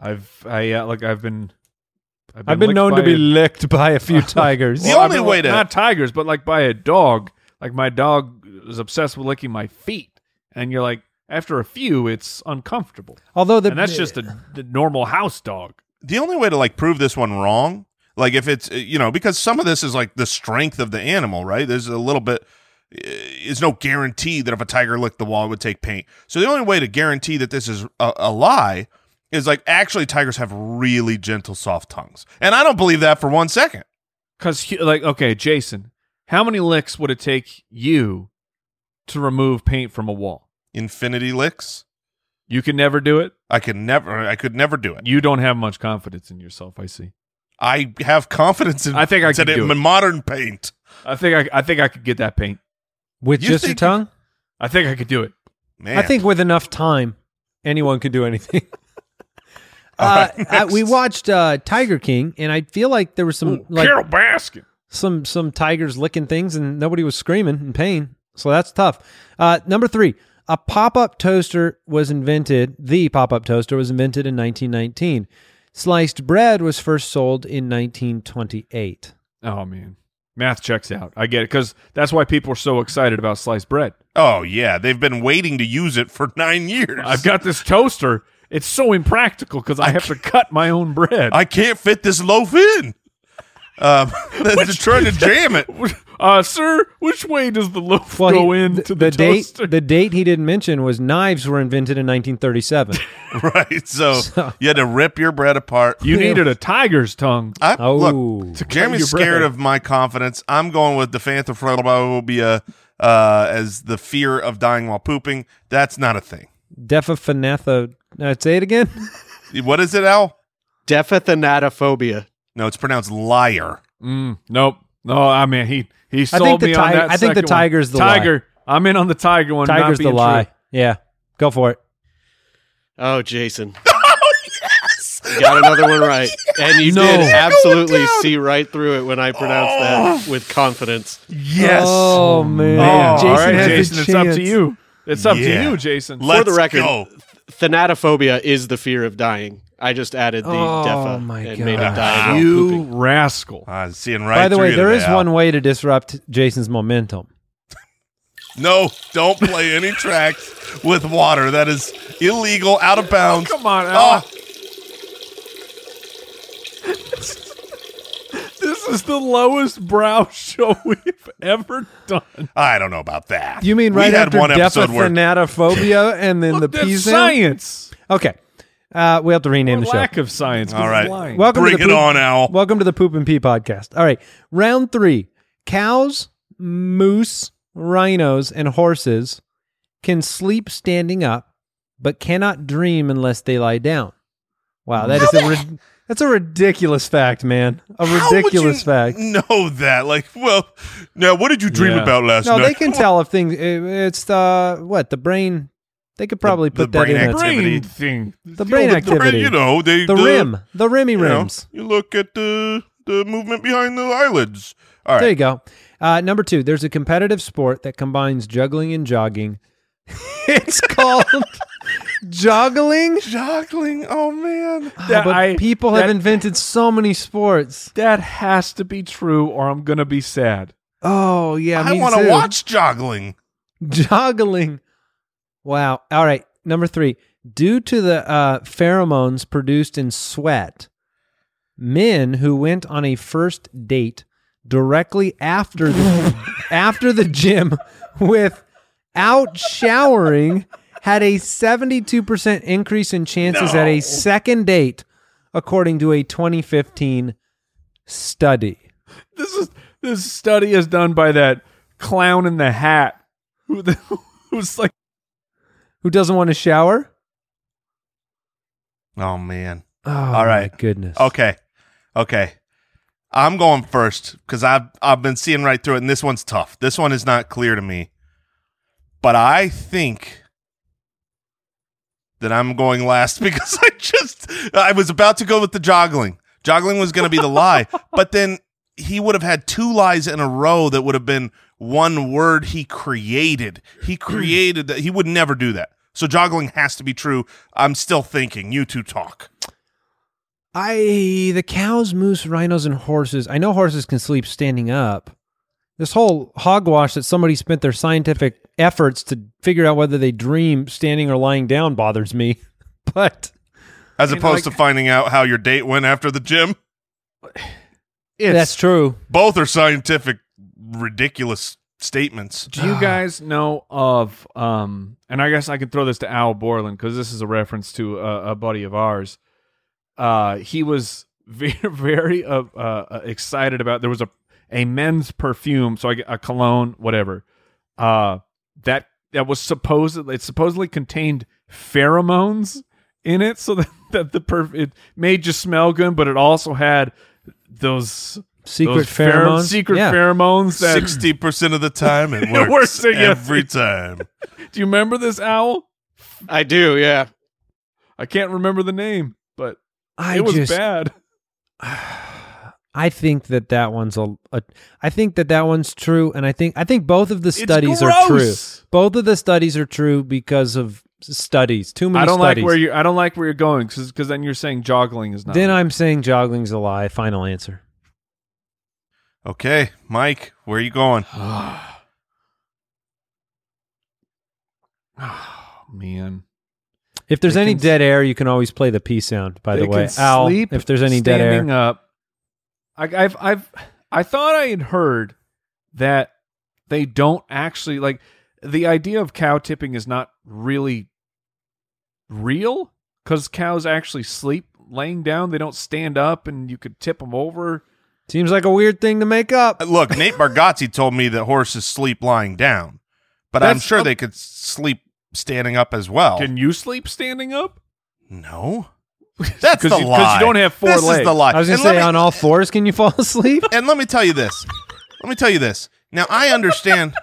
I've I uh, like I've been
I've been
licked
known
by
to be
a-
licked by a few tigers.
The
Well, I've
only
been
way
licked-
to-
not tigers, but like by a dog. Like my dog is obsessed with licking my feet, and you're like after a few, it's uncomfortable,
Although the,
and that's just a the normal house dog.
The only way to like prove this one wrong, like if it's uh, you know, because some of this is like the strength of the animal, right? There's a little bit. uh, Is no guarantee that if a tiger licked the wall, it would take paint. So the only way to guarantee that this is a, a lie is like actually tigers have really gentle, soft tongues, and I don't believe that for one second.
Because like okay, Jason, how many licks would it take you to remove paint from a wall?
Infinity licks,
You can never do it.
I could never, I could never do it.
You don't have much confidence in yourself. I see.
I have confidence in.
I think I could
in
do it.
modern paint.
I think I, I think I could get that paint.
with
You
just your
think-
tongue?
I think I could do it.
Man,
I think with enough time, anyone could do anything. uh,
All right,
I, we
next.
watched uh, Tiger King, and I feel like there was some like
Carol Baskin.
some some tigers licking things and nobody was screaming in pain. So that's tough. Uh, number three, a pop-up toaster was invented. The pop-up toaster was invented in 1919. Sliced bread was first sold in 1928.
Oh man, math checks out. I get it because that's why people are so excited about sliced bread.
Oh yeah, they've been waiting to use it for nine years.
I've got this toaster. It's so impractical because I have to cut my own bread.
I can't fit this loaf in. Um, they're just trying to jam it.
uh, sir, which way does the loaf
Well,
go
he-
in
th-
to the,
date
toaster?
the date he didn't mention was knives were invented in 1937.
Right, so, you had to rip your bread apart.
you needed a tiger's tongue.
I,
Oh,
Look,
cut
Uh, Jeremy's
your bread.
scared of my confidence. I'm going with the phantophobia uh, as the fear of dying while pooping. That's not a thing.
defafinetho. Uh, say it again.
What is it, Al?
Defathonatophobia.
No, it's pronounced liar.
Mm, nope. No, I mean he he
I
sold
think the
me on
tiger-
that.
I think the
second one.
tiger's the lie.
tiger. I'm in on the tiger one. not
Tiger's the
being true.
lie. Yeah, go for it.
Oh, Jason. oh, yes. You got another
Oh,
one right. And you
No.
did absolutely
down. Oh.
see right through it when I pronounced that with confidence.
Yes.
Oh
Man,
man,
Oh,
all
Jason
right,
has the
Jason, it's up to you. It's up
Yeah.
to you, Jason.
Let's
For the record,
go.
Thanatophobia is the fear of dying. I just added the
Oh,
defa
my
and made
God.
it die. while
you
pooping.
rascal.
I'm seeing right.
By the
through
way,
you
there
today,
is
Al.
one way to disrupt Jason's momentum.
No, don't play any tracks with water. That is illegal, out of bounds.
Come on, Al.
Ah,
This is the lowest brow show we've ever done.
I don't know about that.
You mean right
we had
after
one episode where
defafinatophobia and then the
Look,
P
that's
sound?
science.
Okay. Uh, we have to rename
Or
the show.
lack of science. 'cause
All
it's
right.
lying.
Welcome to
Bring
the
it
poop,
on, Al.
Welcome to the Poop and Pee podcast. All right. Round three cows, moose, rhinos, and horses can sleep standing up but cannot dream unless they lie down. Wow, that is a rid that's a ridiculous fact, man. A
How would you
ridiculous fact.
Know that? Like, well, now what did you dream
Yeah.
about last
No,
night?
they can tell if things. It, it's uh, what the brain. They could probably
the
put that
brain
in. a-
activity.
brain thing.
the brain
the brain,
activity.
you know, they
the rim, the rimmy
You, know,
rims.
you look at the the movement behind the eyelids. All
There
right,
you go. Uh, number two, there's a competitive sport that combines juggling and jogging. it's called joggling.
juggling. Oh man,
That
but
I-
people have
that-
invented so many sports.
That has to be true, or I'm gonna be sad.
Oh yeah,
I
me
want
too.
to watch juggling.
joggling. Wow. All right. Number three, due to the uh, pheromones produced in sweat, men who went on a first date directly after the, after the gym without showering had a 72% increase in chances at a second date, according to a 2015 study.
This is this study is done by that clown in the hat who the, who's like
Who doesn't want to shower?
Oh man.
Oh,
All right.
My goodness.
Okay, okay. I'm going first because I've I've been seeing right through it, and this one's tough. This one is not clear to me, but I think that I'm going last because I just I was about to go with the joggling. Joggling was going to be the lie, but then he would have had two lies in a row that would have been one word he created. He created that. He would never do that. So joggling has to be true. I'm still thinking. You two talk.
I the cows, moose, rhinos, and horses. I know horses can sleep standing up. This whole hogwash that somebody spent their scientific efforts to figure out whether they dream standing or lying down bothers me. But
As
mean,
opposed to
like-
finding out how your date went after the gym.
it's
that's true.
Both are scientific, ridiculous statements.
Do
Ah.
you guys know of um and I guess I could throw this to Al Borland cuz this is a reference to a, a buddy of ours. Uh he was very very uh, uh excited about there was a a men's perfume so I g- a cologne whatever. Uh that that was supposedly it supposedly contained pheromones in it so that, that the perf- it made you smell good but it also had those
Secret
those pher-
pheromones.
secret
yeah.
pheromones that
Sixty percent of the time, it works,
It works, yeah.
every time.
Do you remember this owl?
I do, yeah.
I can't remember the name, but
I
it was
just,
bad.
I think that that one's a, a. I think that that one's true, and I think I think both of the studies are true.
gross.
Both of the studies are true because of s- studies. Too many.
I don't
studies.
like where you. I don't like where you're going because then you're saying joggling is not.
Then I'm saying joggling's a lie. Final answer.
Okay, Mike, where are you going?
oh man,
If there's
They
any
can s-
dead air, you can always play the P sound. By the
They
way,
can
Al,
sleep
if there's any dead
standing
air,
up. I, I've I've I thought I had heard that they don't actually like the idea of cow tipping is not really real because cows actually sleep laying down. They don't stand up, and you could tip them over.
seems like a weird thing to make up.
Uh, Look, Nate Bargatze told me that horses sleep lying down, but I'm
That's
sure
a-
they could sleep standing up as well.
Can you sleep standing up?
no, that's
'Cause
the
you- 'cause you
lie.
don't have four
This is
legs.
the lie.
I was gonna
And let
say
me-
on all fours, can you fall asleep?
and let me tell you this. Let me tell you this. Now I understand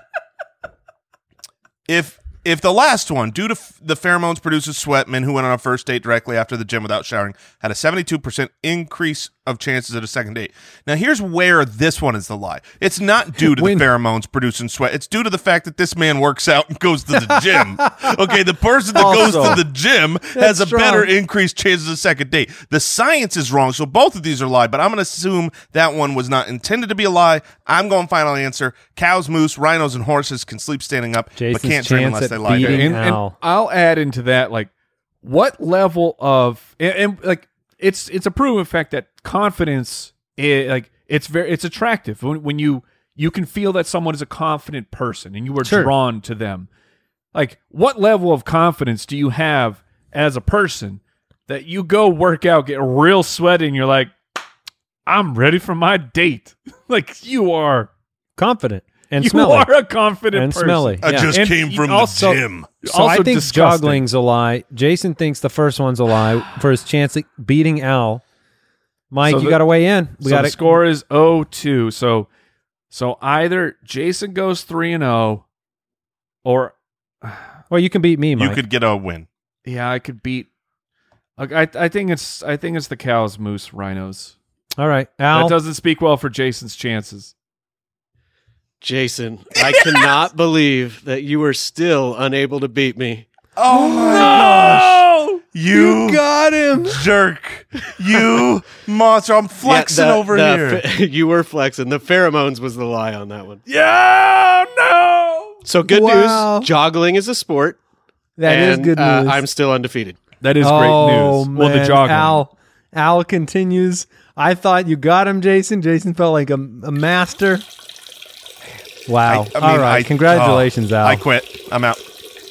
if if the last one, due to f- the pheromones produces sweat, men who went on a first date directly after the gym without showering had a 72% increase of chances at a second date. Now here's where this one is the lie. It's not due to
When-
the pheromones producing sweat. It's due to the fact that this man works out and goes to the gym. okay, the person that goes
Also.
to the gym has a
That's
better
strong.
increased chances of second date. The science is wrong, so both of these are lie, but I'm going to assume that one was not intended to be a lie. I'm going final answer. Cows, moose, rhinos, and horses can sleep standing up, but
Jason's
can't dream
chance
unless
at
they lie.
beating-
down.
And, and
Ow.
I'll add into that like what level of and, and, like it's it's a proven fact that confidence i like it's very it's attractive when when you you can feel that someone is a confident person and you are
Sure.
drawn to them. Like what level of confidence do you have as a person that you go work out get real sweaty and you're like I'm ready for my date. like you are
Confident and
you
smelly
are a confident
and
person.
smelly.
I
yeah.
just
And
came
you
from
also-
the gym.
so I
Also
think
disgusting.
joggling's a lie. Jason thinks the first one's a lie for his chance at beating Al. Mike,
So
you
the-
got to weigh in. We
so
got
the
to
score is 0-2. So so either Jason goes 3 and oh, 0 or
Well, you can beat me, Mike.
You could get a win.
yeah, I could beat I I I think it's I think it's the cows, moose, rhinos.
All right, Al.
That doesn't speak well for Jason's chances.
Jason, I cannot believe that you were still unable to beat me.
Oh my gosh! You,
got him.
jerk! You monster! I'm flexing
Yeah, the-
over
the
here.
phe- you were flexing. The pheromones was the lie on that one.
yeah, no.
So good
Wow.
news, joggling is a sport.
That is
and,
good news.
uh, I'm still undefeated.
That is
oh,
great news.
Man.
Well, the joggling.
Al, Al continues. I thought you got him, Jason. Jason felt like a, a master. Wow.
I
All
mean,
right.
I-
Congratulations,
oh,
Al.
I quit. I'm out.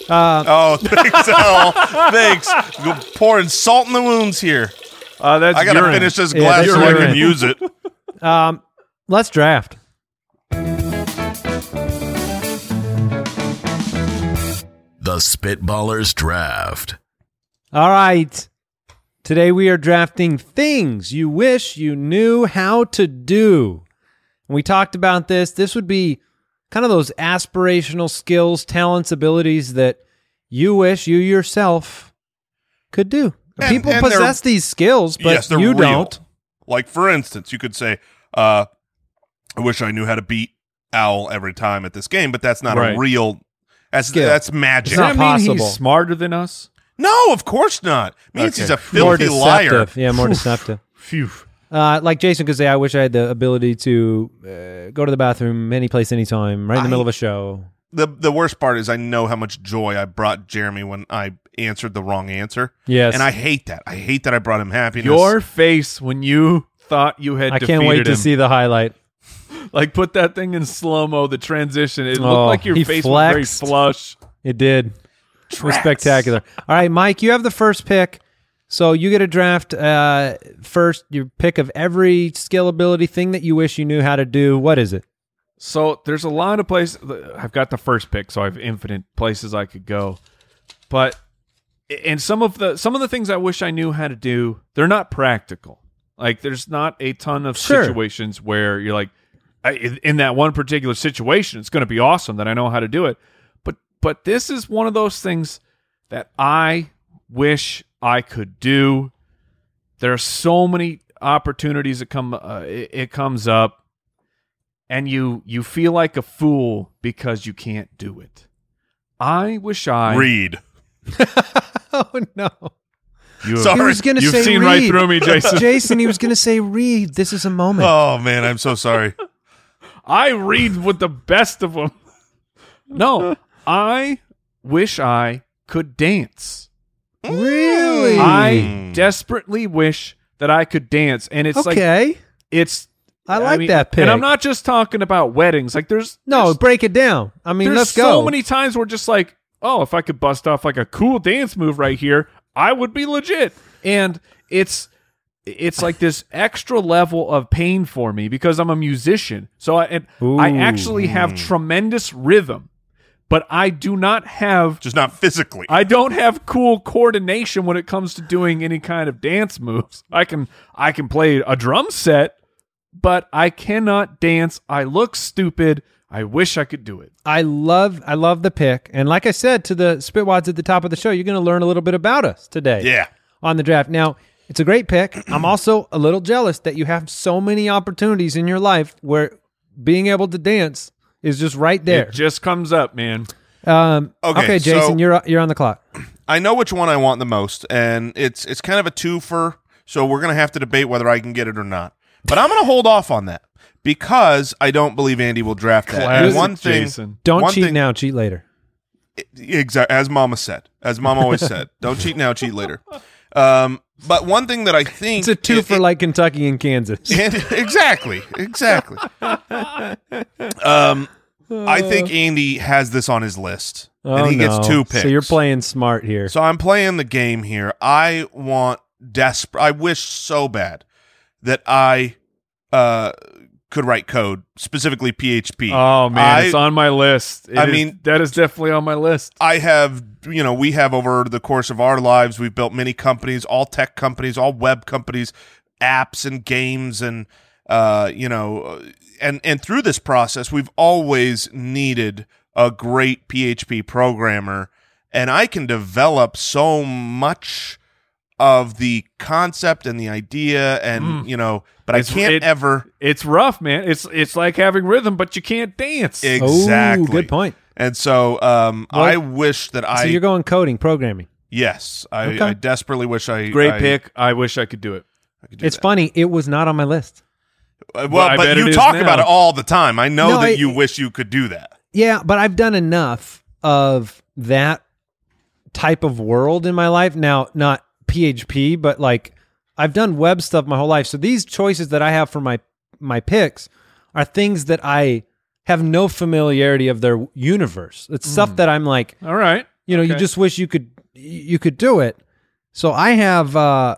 oh, thanks, Al. Thanks. You're pouring salt in the wounds here.
Uh, that's
I gotta
urine.
finish this
Yeah,
glass
that's
so I
urine.
can use it.
Um, let's draft.
The Spitballers Draft.
All right. Today we are drafting things you wish you knew how to do. And we talked about this. This would be kind of those aspirational skills, talents, abilities that you wish you yourself could do.
And-
People
and they're-
possess these skills, but
yes, they're
you
real.
don't.
Like for instance, you could say, uh, "I wish I knew how to beat Owl every time at this game," but that's not
Right.
a real. That's
Skill.
that's
It's
magic.
Does that
not
mean
possible.
he's smarter than us?
No, of course not. means
Okay.
he's a
more
filthy liar.
deceptive. Yeah, more deceptive.
Phew.
Uh, like Jason could say, I wish I had the ability to uh, go to the bathroom any place, anytime, right in the
I-
middle of a show.
The the worst part is I know how much joy I brought Jeremy when I answered the wrong answer.
Yes.
And I hate that. I hate that I brought him happiness.
Your face when you thought you had
I
defeated
can't wait to
him.
see the highlight.
Like put that thing in slow mo. The transition. It
Oh,
looked like your
he
face was very
flexed.
flush.
It did. It was spectacular. All right, Mike, you have the first pick. So you get a draft uh, first, your pick of every skill ability thing that you wish you knew how to do. What is it?
So there's a lot of places. I've got the first pick, so I have infinite places I could go. But and some of the some of the things I wish I knew how to do, they're not practical. Like there's not a ton of
Sure.
situations where you're like, I, in in that one particular situation, it's going to be awesome that I know how to do it. But but this is one of those things that I wish I could do. There are so many opportunities that come uh, it, it comes up and you you feel like a fool because you can't do it. I wish I
read.
Oh no!
you
Sorry.
He was going to
You've
say
seen
read.
right through me, Jason.
Jason, he was going to say read. This is a moment.
Oh man, I'm so sorry.
I read with the best of them. No, I wish I could dance.
Oh. really?
I desperately wish that I could dance, and it's like
okay.
it's.
I like
mean,
that pick.
and I'm not just talking about weddings. Like there's
no,
there's,
break it down. I mean,
there's
let's go.
so many times we're just like, oh, if I could bust off like a cool dance move right here, I would be legit. And it's it's like this extra level of pain for me because I'm a musician. So I and I
Ooh.
actually have tremendous rhythm, but I do not have
Just not physically.
I don't have cool coordination when it comes to doing any kind of dance moves. I can I can play a drum set, but I cannot dance. I look stupid. I wish I could do it.
I love, I love the pick. And like I said to the spitwads at the top of the show, you're going to learn a little bit about us today.
yeah.
on the draft. Now, it's a great pick. I'm also a little jealous that you have so many opportunities in your life where being able to dance is just right there.
It just comes up, man.
Um, okay,
Okay,
Jason,
so-
you're you're on the clock.
I know which one I want the most, and it's it's kind of a twofer. So we're gonna have to debate whether I can get it or not. But I'm gonna hold off on that because I don't believe Andy will draft that. And
Classic
one thing,
Jason.
Don't
one
cheat
thing-
now, cheat later.
Exactly, as Mama said, as Mom always said, don't cheat now, cheat later. Um, but one thing that I think
It's a two
it-
for like Kentucky and Kansas.
And- exactly, exactly. um, I think Andy has this on his list, and
Oh,
he
no.
gets two picks.
So you're playing smart here.
So I'm playing the game here. I want desperate. I wish so bad that I uh, could write code, specifically PHP.
Oh man,
I-
it's on my list. It
I
is-
mean-
that is definitely on my list.
I have, you know, we have over the course of our lives, we've built many companies, all tech companies, all web companies, apps and games and uh, you know, uh, and and through this process, we've always needed a great PHP programmer, and I can develop so much of the concept and the idea and
Hmm.
you know, but
It's-
I can't
it-
ever
It's rough, man. It's it's like having rhythm, but you can't dance.
exactly.
Oh, good point.
And so um,
Well,
I wish that I
so you're going coding, programming.
Yes, I,
Okay.
I desperately wish I.
Great
I-
pick. I wish I could do it.
I could do
It's
that.
funny. It was not on my list.
Uh,
Well,
Well,
I
but
bet it
you
is
talk
now.
about it all the time. I know
No,
that
I-
you wish you could do that.
Yeah, but I've done enough of that type of world in my life. Now, not PHP, but like I've done web stuff my whole life. So these choices that I have for my my picks are things that I have no familiarity of their universe. It's stuff that I'm like,
All right.
you know, you
Okay.
just wish you could you could do it. So I have uh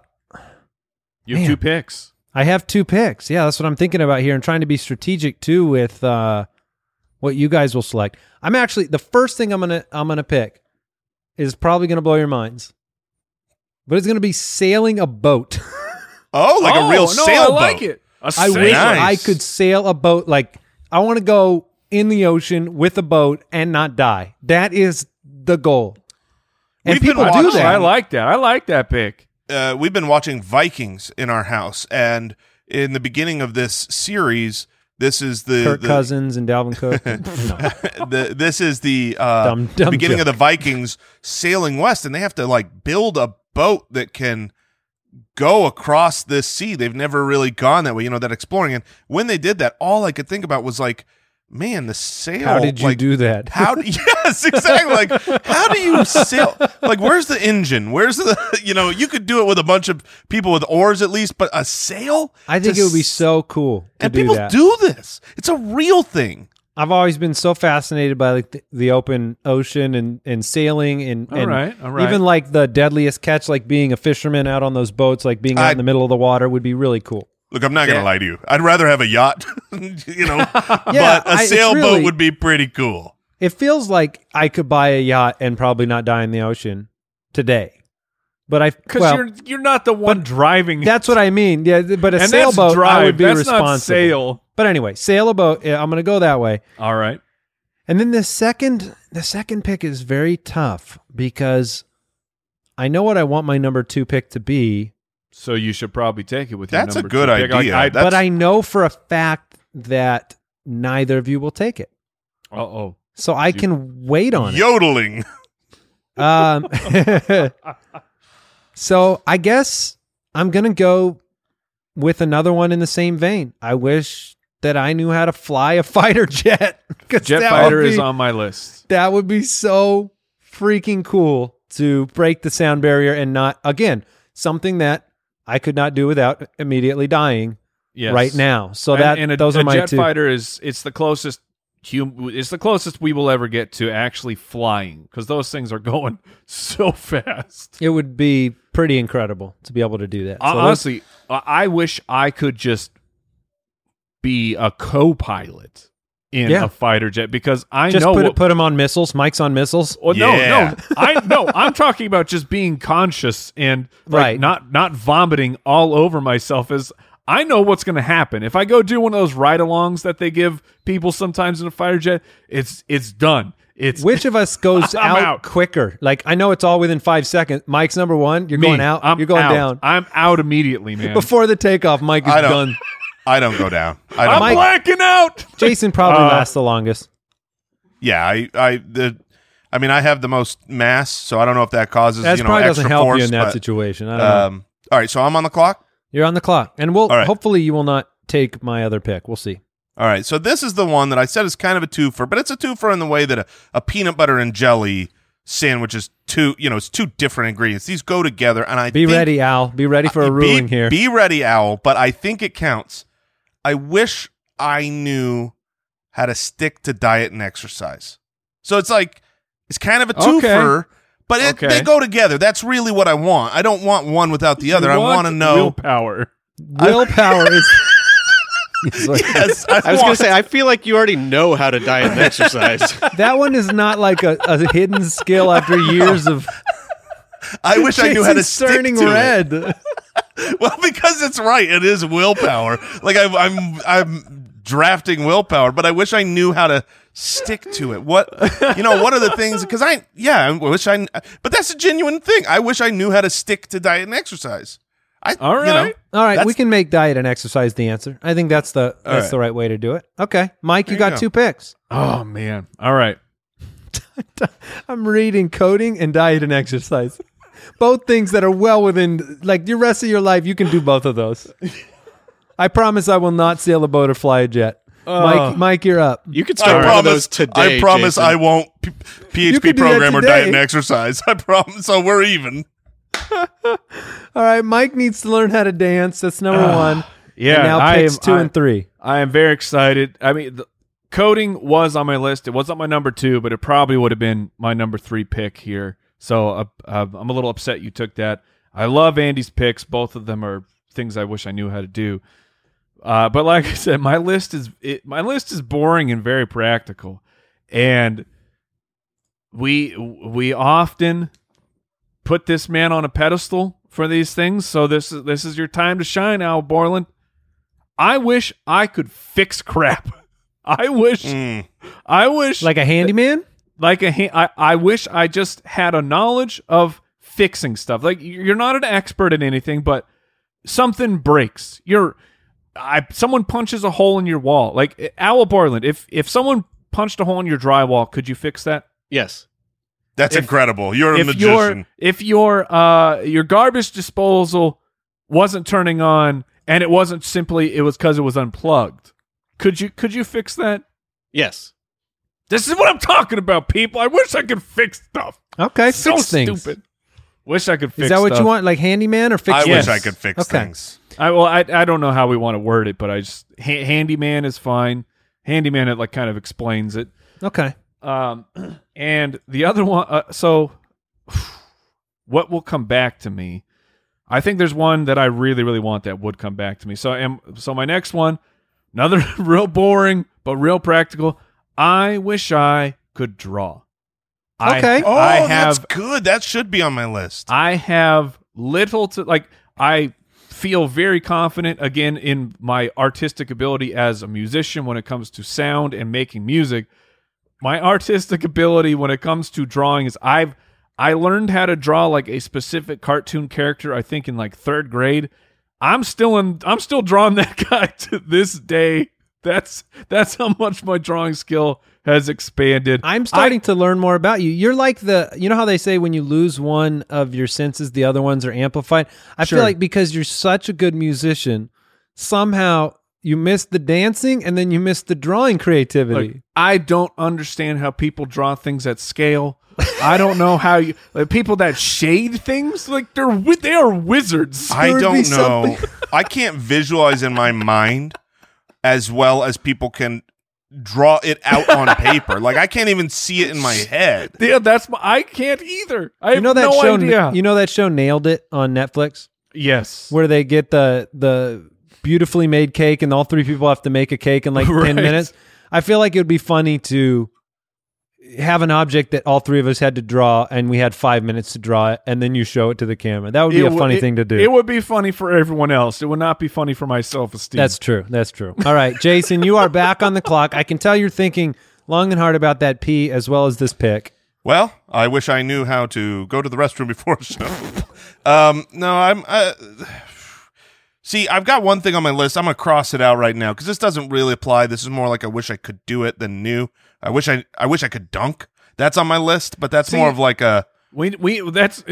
You have
Man.
two picks.
I have two picks. Yeah, that's what I'm thinking about here and trying to be strategic too with uh, what you guys will select. I'm actually the first thing I'm gonna I'm gonna pick is probably gonna blow your minds. But it's gonna be sailing a boat.
Oh, like
Oh,
a real
no,
sailboat.
I like it. A
I wish
Nice.
I could sail a boat like I wanna go in the ocean with a boat and not die. That is the goal. And
We've been
people do
watching-
that.
I like that. I like that pick.
Uh, we've been watching Vikings in our house, and in the beginning of this series, this is the
Kirk
the,
Cousins and Dalvin Cook. No.
the this is the uh,
Dumb- dumb
beginning
joke.
of the Vikings sailing west, and they have to like build a boat that can go across this sea. They've never really gone that way, you know, that exploring. And when they did that, all I could think about was like, man, the sail.
How did you
like,
do that?
How do yes exactly like how do you sail like where's the engine where's the you know you could do it with a bunch of people with oars at least but a sail
I think
To
it would be
s-
so cool to
and
do
people
that.
do this it's a real thing
I've always been so fascinated by like the, the open ocean and, and sailing and,
All
and
right, all right.
even like the deadliest catch, like being a fisherman out on those boats, like being out
I-
in the middle of the water would be really cool.
Look, I'm not going to
Yeah.
lie to you. I'd rather have a yacht, you know,
Yeah,
but a
I- it's
sailboat
really-
would be pretty cool.
It feels like I could buy a yacht and probably not die in the ocean today. But I
Because
well,
you're you're not the one driving.
that's what I mean. Yeah, th- but a
and
sailboat
that's drive.
I would be
that's
responsible.
not sail.
But anyway, sail a boat. Yeah, I'm going to go that way.
All right.
And then the second the second pick is very tough because I know what I want my number 2 pick to be,
So you should probably take it with
That's a
your number
good
two pick. Like,
idea.
I,
That-
but
That's-
I know for a fact that neither of you will take it.
oh,
So I can wait on
Yodeling.
it. Um, so I guess I'm going to go with another one in the same vein. I wish that I knew how to fly a fighter jet. 'cause
jet
that would
fighter is
be-
on my list.
That would be so freaking cool to break the sound barrier and not again something that I could not do without immediately dying
Yes.
right now. So
and,
that
and a,
those
a
are my
jet
two.
fighter is it's the closest hum, it's the closest we will ever get to actually flying because those things are going so fast.
It would be pretty incredible to be able to do that. So those-
Honestly, I I wish I could just be a co-pilot in
Yeah.
a fighter jet because I
just
know
put
what,
put them on missiles. Mike's on missiles.
Well,
Yeah.
no, no, I no, I'm talking about just being conscious and like,
Right.
not not vomiting all over myself. Is I know what's going to happen if I go do one of those ride-alongs that they give people sometimes in a fighter jet. It's it's done. It's
Which of us goes
I'm
out,
out.
quicker? Like I know it's all within five seconds. Mike's number one. You're
me.
going out.
I'm
you're going
out.
down
I'm out immediately, man.
before the takeoff. Mike is
I don't-
done.
I don't go down. I
I'm
don't.
Mike-
blacking out.
Jason probably
Uh,
lasts the longest.
yeah, I, I, the, I mean, I have the most mass, so I don't know if that causes
That
you know
probably
extra
doesn't help
force.
you in that
but,
situation. I don't know.
um, all right, so I'm on the clock.
You're on the clock, and we'll
All right.
hopefully you will not take my other pick. We'll see.
All right, so this is the one that I said is kind of a twofer, but it's a twofer in the way that a, a peanut butter and jelly sandwich is two. You know, it's two different ingredients. These go together, and I
Be
think-
ready, Al. Be ready for a
Uh, Be-
ruling here.
Be ready, Owl, but I think it counts. I wish I knew how to stick to diet and exercise. So it's like it's kind of a
Okay.
twofer, but it,
Okay.
they go together. That's really what I want. I don't want one without the other. I want to know.
willpower.
Willpower is He's like-
Yes, I,
I was going
want-
to say, I feel like you already know how to diet and exercise.
That one is not like a, a hidden skill after years of
I wish I knew how to
Jason's
stick
turning
to it.
red.
Well, because it's right. It is willpower. Like I'm, I'm, I'm drafting willpower, but I wish I knew how to stick to it. What you know? What are the things? Because I, yeah, I wish I. But that's a genuine thing. I wish I knew how to stick to diet and exercise. I,
All
You know,
right.
All right, we
That's-
can make diet and exercise the answer. I think that's the that's
right.
the right way to do it. Okay, Mike, you
There you
got
go.
two picks.
Oh man. All right.
I'm reading coding and diet and exercise. Both things that are well within like the rest of your life you can do both of those. I promise I will not sail a boat or fly a jet. Mike, Mike, you're up.
You could
I
start one of
promise.
those today.
I promise
Jason.
I won't p-
You can
PHP
do that
program or diet and
today.
exercise. I promise. So we're even.
All right, Mike needs to learn how to dance. That's number one.
Yeah.
and now
I
picks
am-
two
I-
and three.
I am very excited. I mean, the, coding was on my list. It wasn't my number two, but it probably would have been my number three pick here. So uh, uh, I'm a little upset you took that. I love Andy's picks. Both of them are things I wish I knew how to do. Uh, but like I said, my list is it, my list is boring and very practical, and we we often put this man on a pedestal for these things. So this is this is your time to shine, Al Borland. I wish I could fix crap. I wish
Mm.
I wish like
Like a handyman?
like a ha- I, I wish I just had a knowledge of fixing stuff. Like you're not an expert in anything, but something breaks. You're I someone punches a hole in your wall. Like Owl Borland, if if someone punched a hole in your drywall, could you fix that?
Yes.
That's
If-
incredible. You're a
if your
magician.
if your uh your garbage disposal wasn't turning on and it wasn't simply it was cuz it was unplugged. Could you could you fix that?
Yes.
This is what I'm talking about, people. I wish I could fix stuff.
Okay,
so
fix things.
stupid. Wish I could fix
Is that what
stuff.
you want? Like handyman or fix?
I
yes.
wish I could fix
Okay.
things.
I well I, I don't know how we want to word it, but I just ha- handyman is fine. Handyman it like kind of explains it.
Okay.
Um, and the other one, uh, so what will come back to me? I think there's one that I really, really want that would come back to me. So, I am so my next one, another real boring but real practical. I wish I could draw. I-
Okay.
Oh,
I
that's
have
good. That should be on my list.
I have little to like I feel very confident again in my artistic ability as a musician when it comes to sound and making music. My artistic ability when it comes to drawing is I've I learned how to draw like a specific cartoon character I think in like 3rd grade. I'm still in I'm still drawing that guy to this day. That's that's how much my drawing skill has expanded.
I'm starting to learn more about you. You're like the, you know how they say when you lose one of your senses, the other ones are amplified? I
Sure.
feel like because you're such a good musician, somehow you missed the dancing and then you missed the drawing creativity.
Like, I don't understand how people draw things at scale. I don't know how you like people that shade things like they're wi- they are wizards.
There
I
would be
don't know. I can't visualize in my mind as well as people can draw it out on paper. Like I can't even see it in my head.
yeah, that's my, I can't either. I
you know
have
that
no
show
idea.
you know that show Nailed It on Netflix
yes,
where they get the the beautifully made cake and all three people have to make a cake in like 10
Right.
minutes. I feel like it would be funny to have an object that all three of us had to draw and we had 5 minutes to draw it and then you show it to the camera. That would be
It
a
would-
funny
it-
thing to do.
It would be funny for everyone else. It would not be funny for my self esteem.
That's true. That's true. All right, Jason, you are back on the clock. I can tell you're thinking long and hard about that P as well as this pick.
Well, I wish I knew how to go to the restroom before a show. um, no, I'm. Uh, see, I've got one thing on my list. I'm gonna cross it out right now because this doesn't really apply. This is more like I wish I could do it than new. I wish I. I wish I could dunk. That's on my list, but that's more of like a.
we we that's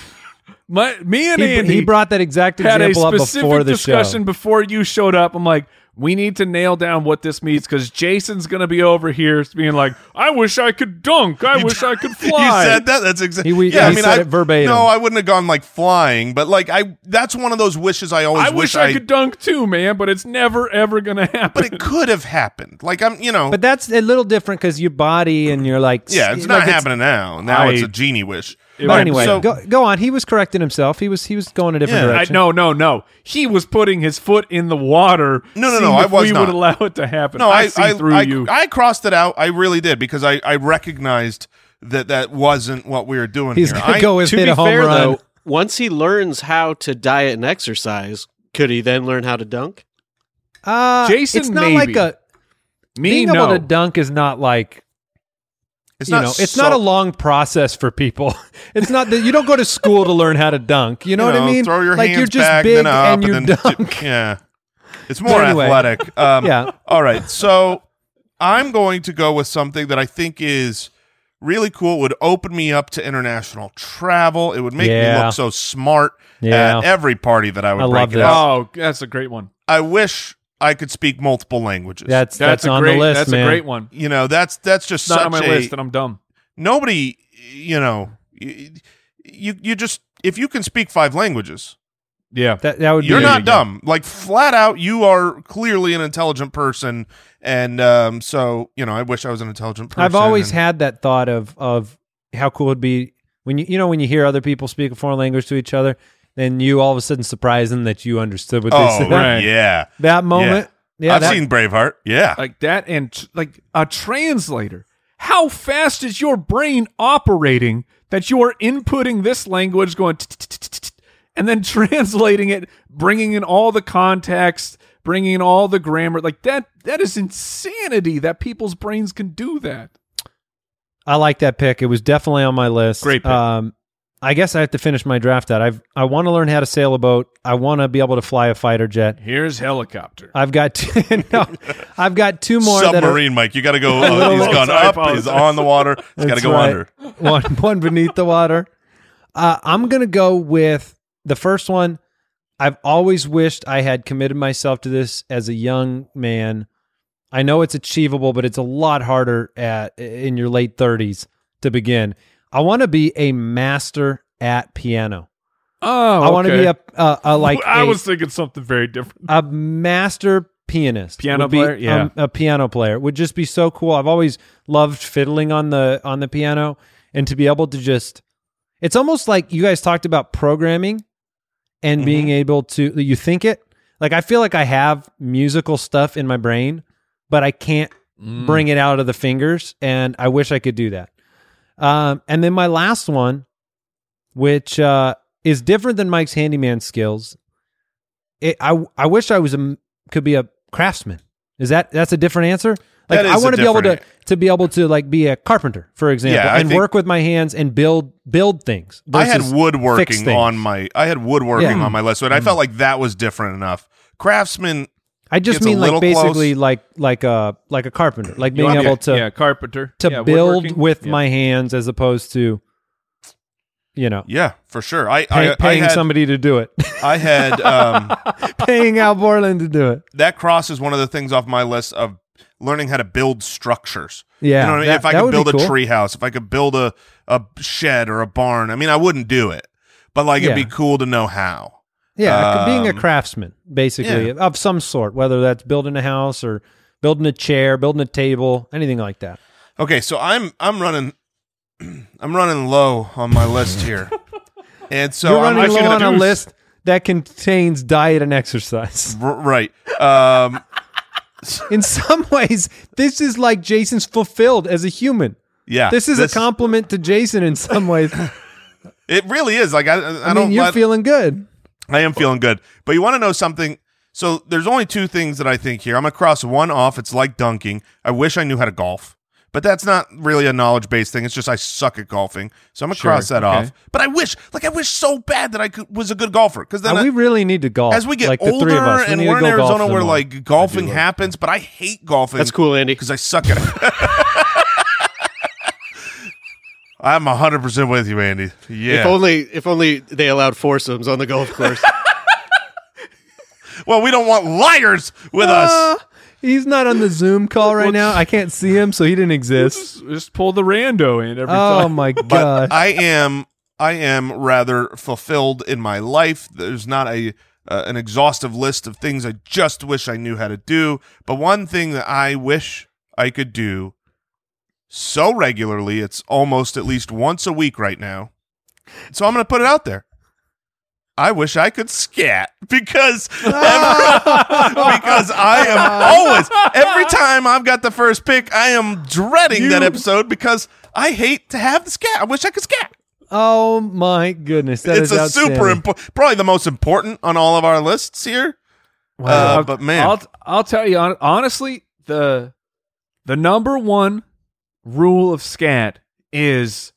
my me and
He,
Andy
he brought that exact
had a
example up before
specific
the
discussion
show.
before you showed up. I'm like, we need to nail down what this means because Jason's gonna be over here being like, I wish I could dunk. I wish I could fly.
You said that. That's exactly.
He- we- he said it verbatim.
No, I wouldn't have gone like flying, but like I. That's one of those wishes I always
I wish I could dunk too, man, but it's never ever gonna happen.
But it could have happened. Like I'm, you know.
But that's a little different because your body and you're like
yeah, it's
like
not happening now. Now it's
I-
a genie wish.
But
Right,
anyway,
so-
go go on. He was correcting himself. He was he was going a different
Yeah, I
I,
direction.
no, no, no. He was putting his foot in the water.
No, no, no,
seeing
I
if
was
we
not.
would allow it to happen.
No, I
see
I,
through
I,
you.
I crossed it out. I really did because I, I recognized that that wasn't what we were doing
He's
here.
gonna
I-
go and
To
hit
be
a home
fair,
run.
though, once he learns how to diet and exercise, could he then learn how to dunk?
Uh,
Jason,
it's not like
maybe.
a
Me,
being
no.
able to dunk is not like
it's
you know. It's not a
so-
long process for people. It's not that you don't go to school to learn how to dunk. You know what I mean?
Throw your
like
hands
you're just
back,
big
then up,
and you
then
dunk.
Yeah, it's more
anyway.
athletic. Um,
Yeah.
All right, so I'm going to go with something that I think is really cool. It would open me up to international travel. It would make me
Yeah.
look so smart
Yeah.
at every party that I would
I
break
love
it
this.
up.
Oh, that's a great one.
I wish I could speak multiple languages.
That's that's,
a
on
great,
the list,
That's
man.
a great one.
you know that's that's just
It's not
such
on my
a
list, and I'm dumb.
nobody you know you you you just if you can speak five languages
Yeah.
That that would
you're
be
not dumb like flat out you are clearly an intelligent person and um so you know i wish i was an intelligent person
I've always
and-
had that thought of of how cool it'd be when you you know when you hear other people speak a foreign language to each other, then you all of a sudden surprise them that you understood what they
oh
said.
right.
yeah
That moment, yeah,
i've
that,
seen braveheart yeah
Like that, and t- like a translator. How fast is your brain operating that you are inputting this language, going t- t- t- t- t- and then translating it, bringing in all the context, bringing in all the grammar? Like that. That is insanity that people's brains can do that.
I like that pick. It was definitely on my list.
Great pick.
Um, I guess I have to finish my draft out. I've I want to learn how to sail a boat. I want to be able to fly a fighter jet.
Here's helicopter.
I've got two, no, I've got two more that are-
submarine mike you gotta go uh, he's gone
I
up he's
apologize.
on the water he's gotta
That's
go
right.
under
one one beneath the water. Uh, I'm gonna go with the first one. I've always wished I had committed myself to this as a young man. I know it's achievable, but it's a lot harder at in your late 30s to begin. I want to be a master at piano.
Oh,
I want to be a, a, a like
I
a-
was thinking something very different.
a master pianist
Piano
would be-
player? Yeah.
um, a piano player would just be so cool i've always loved fiddling on the on the piano and to be able to just it's almost like you guys talked about programming
Mm-hmm.
and being able to you think it like i feel like i have musical stuff in my brain but i can't
Mm.
bring it out of the fingers and i wish i could do that um, and then my last one which uh, is different than mike's handyman skills it, I, I wish i was a m could be a craftsman is that that's a different answer like
That is
i
a
want to be able to
different
to be able to like be a carpenter for example
Yeah, I
and
think-
work with my hands and build build things
I had
versus fix
woodworking
things.
on my I had woodworking
Yeah.
on my list, so and I felt like that was different enough. Craftsman,
i just
gets a
mean
little
like
close.
basically like like a like a carpenter like being
want-
able to
yeah, carpenter
to
Yeah,
build
woodworking.
with
Yeah.
my hands as opposed to you know
yeah, for sure. I
pay,
I, I
paying
had,
somebody to do it
I had um,
paying al borland to do it
that cross is one of the things off my list of learning how to build structures.
yeah
you know what I mean?
that-
if I
that
could
would be
build a
cool.
tree house, if I could build a a shed or a barn, I mean, I wouldn't do it, but like it'd
Yeah.
be cool to know how.
yeah c- being
um,
a craftsman basically
yeah.
of some sort whether that's building a house or building a chair building a table anything like that
Okay, so I'm I'm running I'm running low on my list here, and so
you're
Oh, I'm
running
actually
low
gonna
on a
do
list that contains diet and exercise
r- right. Um,
in some ways this is like jason's fulfilled as a human
yeah,
this is a compliment to jason in some ways i,
It really is. Like I, I,
mean
don't.
you're
let-
feeling good
I am feeling good. But you want to know something? So there's only two things that I think here. I'm gonna cross one off. It's like dunking. I wish I knew how to golf, but that's not really a knowledge based thing. It's just I suck at golfing, so I'm gonna cross that
Okay.
off. But I wish, like I wish so bad that I could, was a good golfer because then
Uh,
I-
we really need to golf
as we get
like the
older
three of us, we
and
need to
we're in
go golf
Arizona
some
where
more.
like golfing happens, but I hate golfing.
That's cool, Andy.
because I suck at it. I'm 100% with you, Andy. Yeah.
If only, if only they allowed foursomes on the golf course.
well, we don't want liars with us.
Ah, he's not on the Zoom call right now. I can't see him, so he didn't exist.
Just, just pull the rando in every
Oh
time.
my
but
god!
I am I am rather fulfilled in my life. There's not a uh, an exhaustive list of things I just wish I knew how to do, but one thing that I wish I could do so regularly, it's almost at least once a week right now, So I'm going to put it out there. I wish I could scat because because I am always every time I've got the first pick, I am dreading that episode because I hate to have the scat. I wish I could scat.
Oh my goodness, that
it's
is
a super
outstanding.
important, probably the most important on all of our lists here. Uh,
I'll-
but man.
I'll I'll tell you hon- honestly, the the number one rule of scat is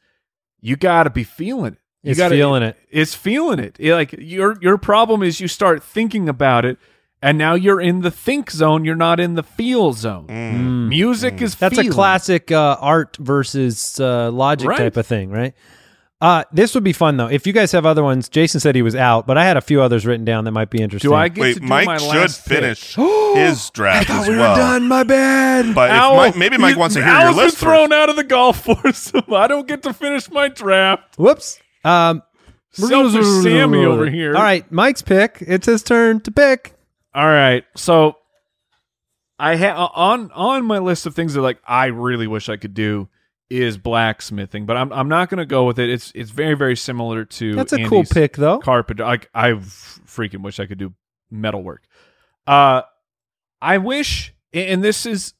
you got to be feeling it. You
It's
gotta,
feeling it.
It's feeling it. It- Like your your problem is you start thinking about it, and now you're in the think zone. You're not in the feel zone.
Mm.
Music is
That's
feeling.
a classic uh, art versus uh, logic
Right.
type of thing, right? Uh, this would be fun though. If you guys have other ones, Jason said he was out, but I had a few others written down that might be interesting.
Do I get
Wait,
to do my
Mike should
last pick?
finish his draft as well.
My bad.
But if
Owl.
Mike, maybe Mike wants to hear
Owl's
your list.
been thrown
First.
out of the golf foursome. I don't get to finish my draft.
Whoops. Um,
Selfish Sammy over here.
All right, Mike's pick. It's his turn to pick.
All right. So I ha- on on my list of things that like I really wish I could do is blacksmithing, but I'm I'm not going to go with it. It's it's very very similar to
That's a cool
Andy's
pick though.
Carpenter. I I f- freaking wish I could do metal work. Uh I wish and this is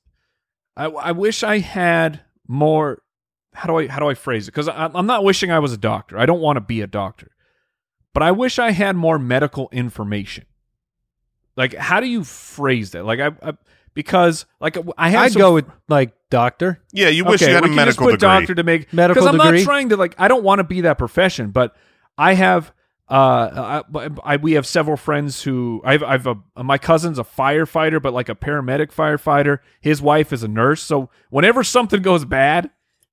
I I wish I had more how do I how do I phrase it? Cuz I'm not wishing I was a doctor. I don't want to be a doctor. But I wish I had more medical information. Like how do you phrase that? Like I, I because like I had
I'd
some
go with like doctor.
Yeah, you wish
okay,
you had a
we can just
medical
put
degree.
doctor to make
Medical
because I'm
degree?
not trying to like I don't want to be that profession, but I have uh I, I we have several friends who I've I've a my cousin's a firefighter, but like a paramedic firefighter. His wife is a nurse, so whenever something goes bad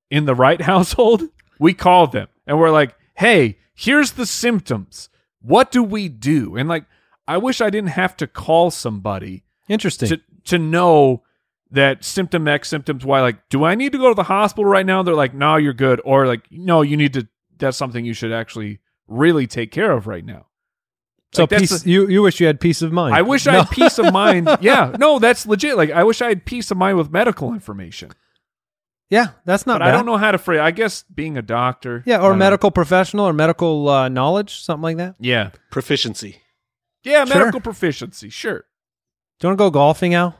in the right household, we call them and we're like, hey, here's the symptoms. What do we do? And like, I wish I didn't have to call somebody
Interesting.
to to know that symptom X, symptoms Y. Like, do I need to go to the hospital right now? They're like, no, you're good, or like, no, you need to. That's something you should actually really take care of right now.
so
like, that's
peace, you you wish you had peace of mind.
I wish I
No.
had peace of mind. Yeah, no, that's legit. Like, I wish I had peace of mind with medical information,
yeah, that's not
but
bad.
I don't know how to phrase. I guess being a doctor,
Yeah, or
I don't-
medical professional or medical uh, knowledge, something like that.
yeah,
Proficiency.
yeah,
Sure.
medical proficiency, sure.
Do you want to go golfing, Al?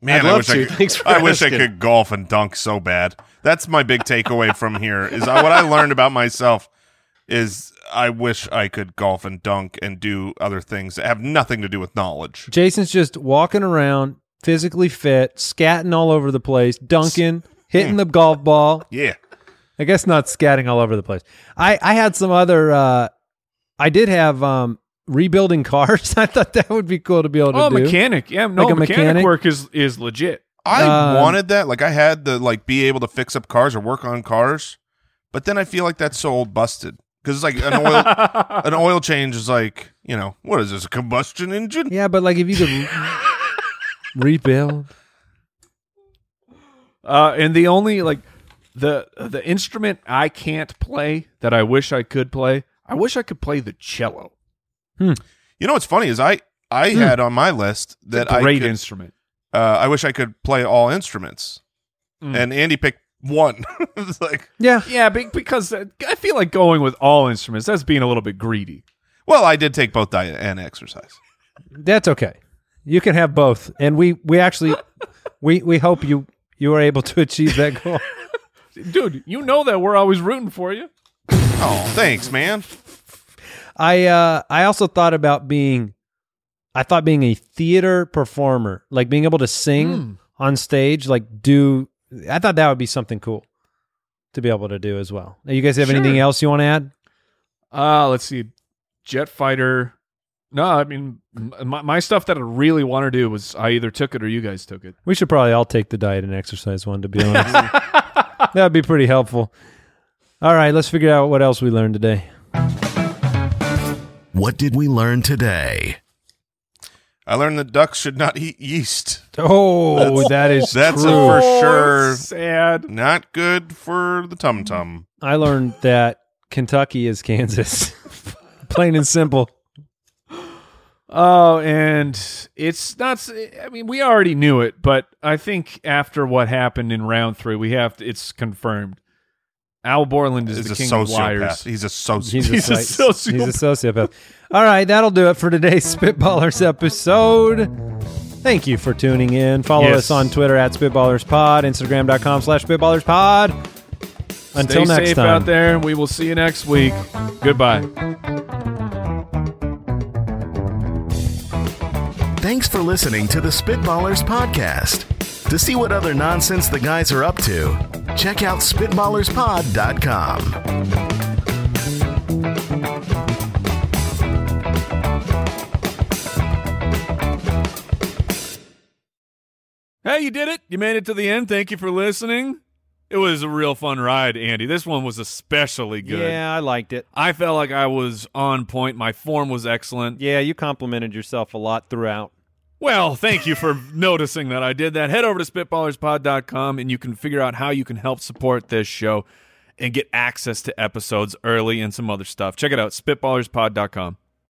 Man,
I'd
I
love
wish I
to.
could.
Thanks for
I wish I
asking.
could golf and dunk so bad. That's my big takeaway from here. Is I, what I learned about myself is I wish I could golf and dunk and do other things that have nothing to do with knowledge.
Jason's just walking around, physically fit, scatting all over the place, dunking,
hmm.
hitting the golf ball.
Yeah,
I guess not scatting all over the place. I, I had some other. Uh, I did have um, rebuilding cars. I thought that would be cool to be able to
Oh,
do.
mechanic, yeah, no,
Like a
mechanic,
mechanic?
work is is legit.
I
Um,
wanted that. Like I had to like be able to fix up cars or work on cars, but then I feel like that's so old busted because it's like an oil an oil change is like you know what is this a combustion engine?
Yeah, but like if you could rebuild,
Uh, and the only like the the instrument I can't play that I wish I could play. I wish I could play the cello.
You know what's funny is I I had on my list that I
Hmm. Great
could-
instrument.
uh, I wish I could play all instruments.
Mm.
And Andy picked one. it's like,
yeah,
Yeah, be- because uh, I feel like going with all instruments. That's being a little bit greedy.
well, I did take both diet and exercise.
that's okay. You can have both, and we we actually we we hope you you are able to achieve that goal.
Dude, you know that we're always rooting for you.
Oh, thanks, man.
I uh I also thought about being I thought being a theater performer, like being able to sing on stage, like do I thought that would be something cool to be able to do as well. Now, you guys have anything
Sure.
else you want to add?
Uh, let's see. Jet fighter. No, I mean m- my, my stuff that I really want to do was I either took it or you guys took it.
We should probably all take the diet and exercise one to be honest. That'd be pretty helpful. All right, let's figure out what else we learned today.
What did we learn today?
I learned that ducks should not eat yeast.
Oh, that's,
That's a
true.
for sure
Oh, Sad.
not good for the tum tum.
I learned that Kentucky is Kansas. Plain and simple.
Oh, and it's not. I mean, we already knew it, but I think after what happened in round three, we have to, it's confirmed. Al Borland is,
He's
the
a
king
sociopath.
of liars.
He's a sociopath.
He's,
He's a
a, soci-
sociopath.
He's a sociopath. All right, that'll do it for today's Spitballers episode. Thank you for tuning in. Follow
Yes.
us on Twitter at SpitballersPod, Instagram.com slash SpitballersPod. Until
Stay
next
safe
time.
out there. We will see you next week. Goodbye.
Thanks for listening to the Spitballers Podcast. To see what other nonsense the guys are up to, check out SpitballersPod.com.
Hey, you did it. You made it to the end. Thank you for listening. It was a real fun ride, Andy. This one was especially good.
Yeah, I liked it.
I felt like I was on point. My form was excellent.
Yeah, you complimented yourself a lot throughout.
Well, thank you for noticing that I did that. Head over to spitballerspod.com and you can figure out how you can help support this show and get access to episodes early and some other stuff. Check it out spitballerspod.com.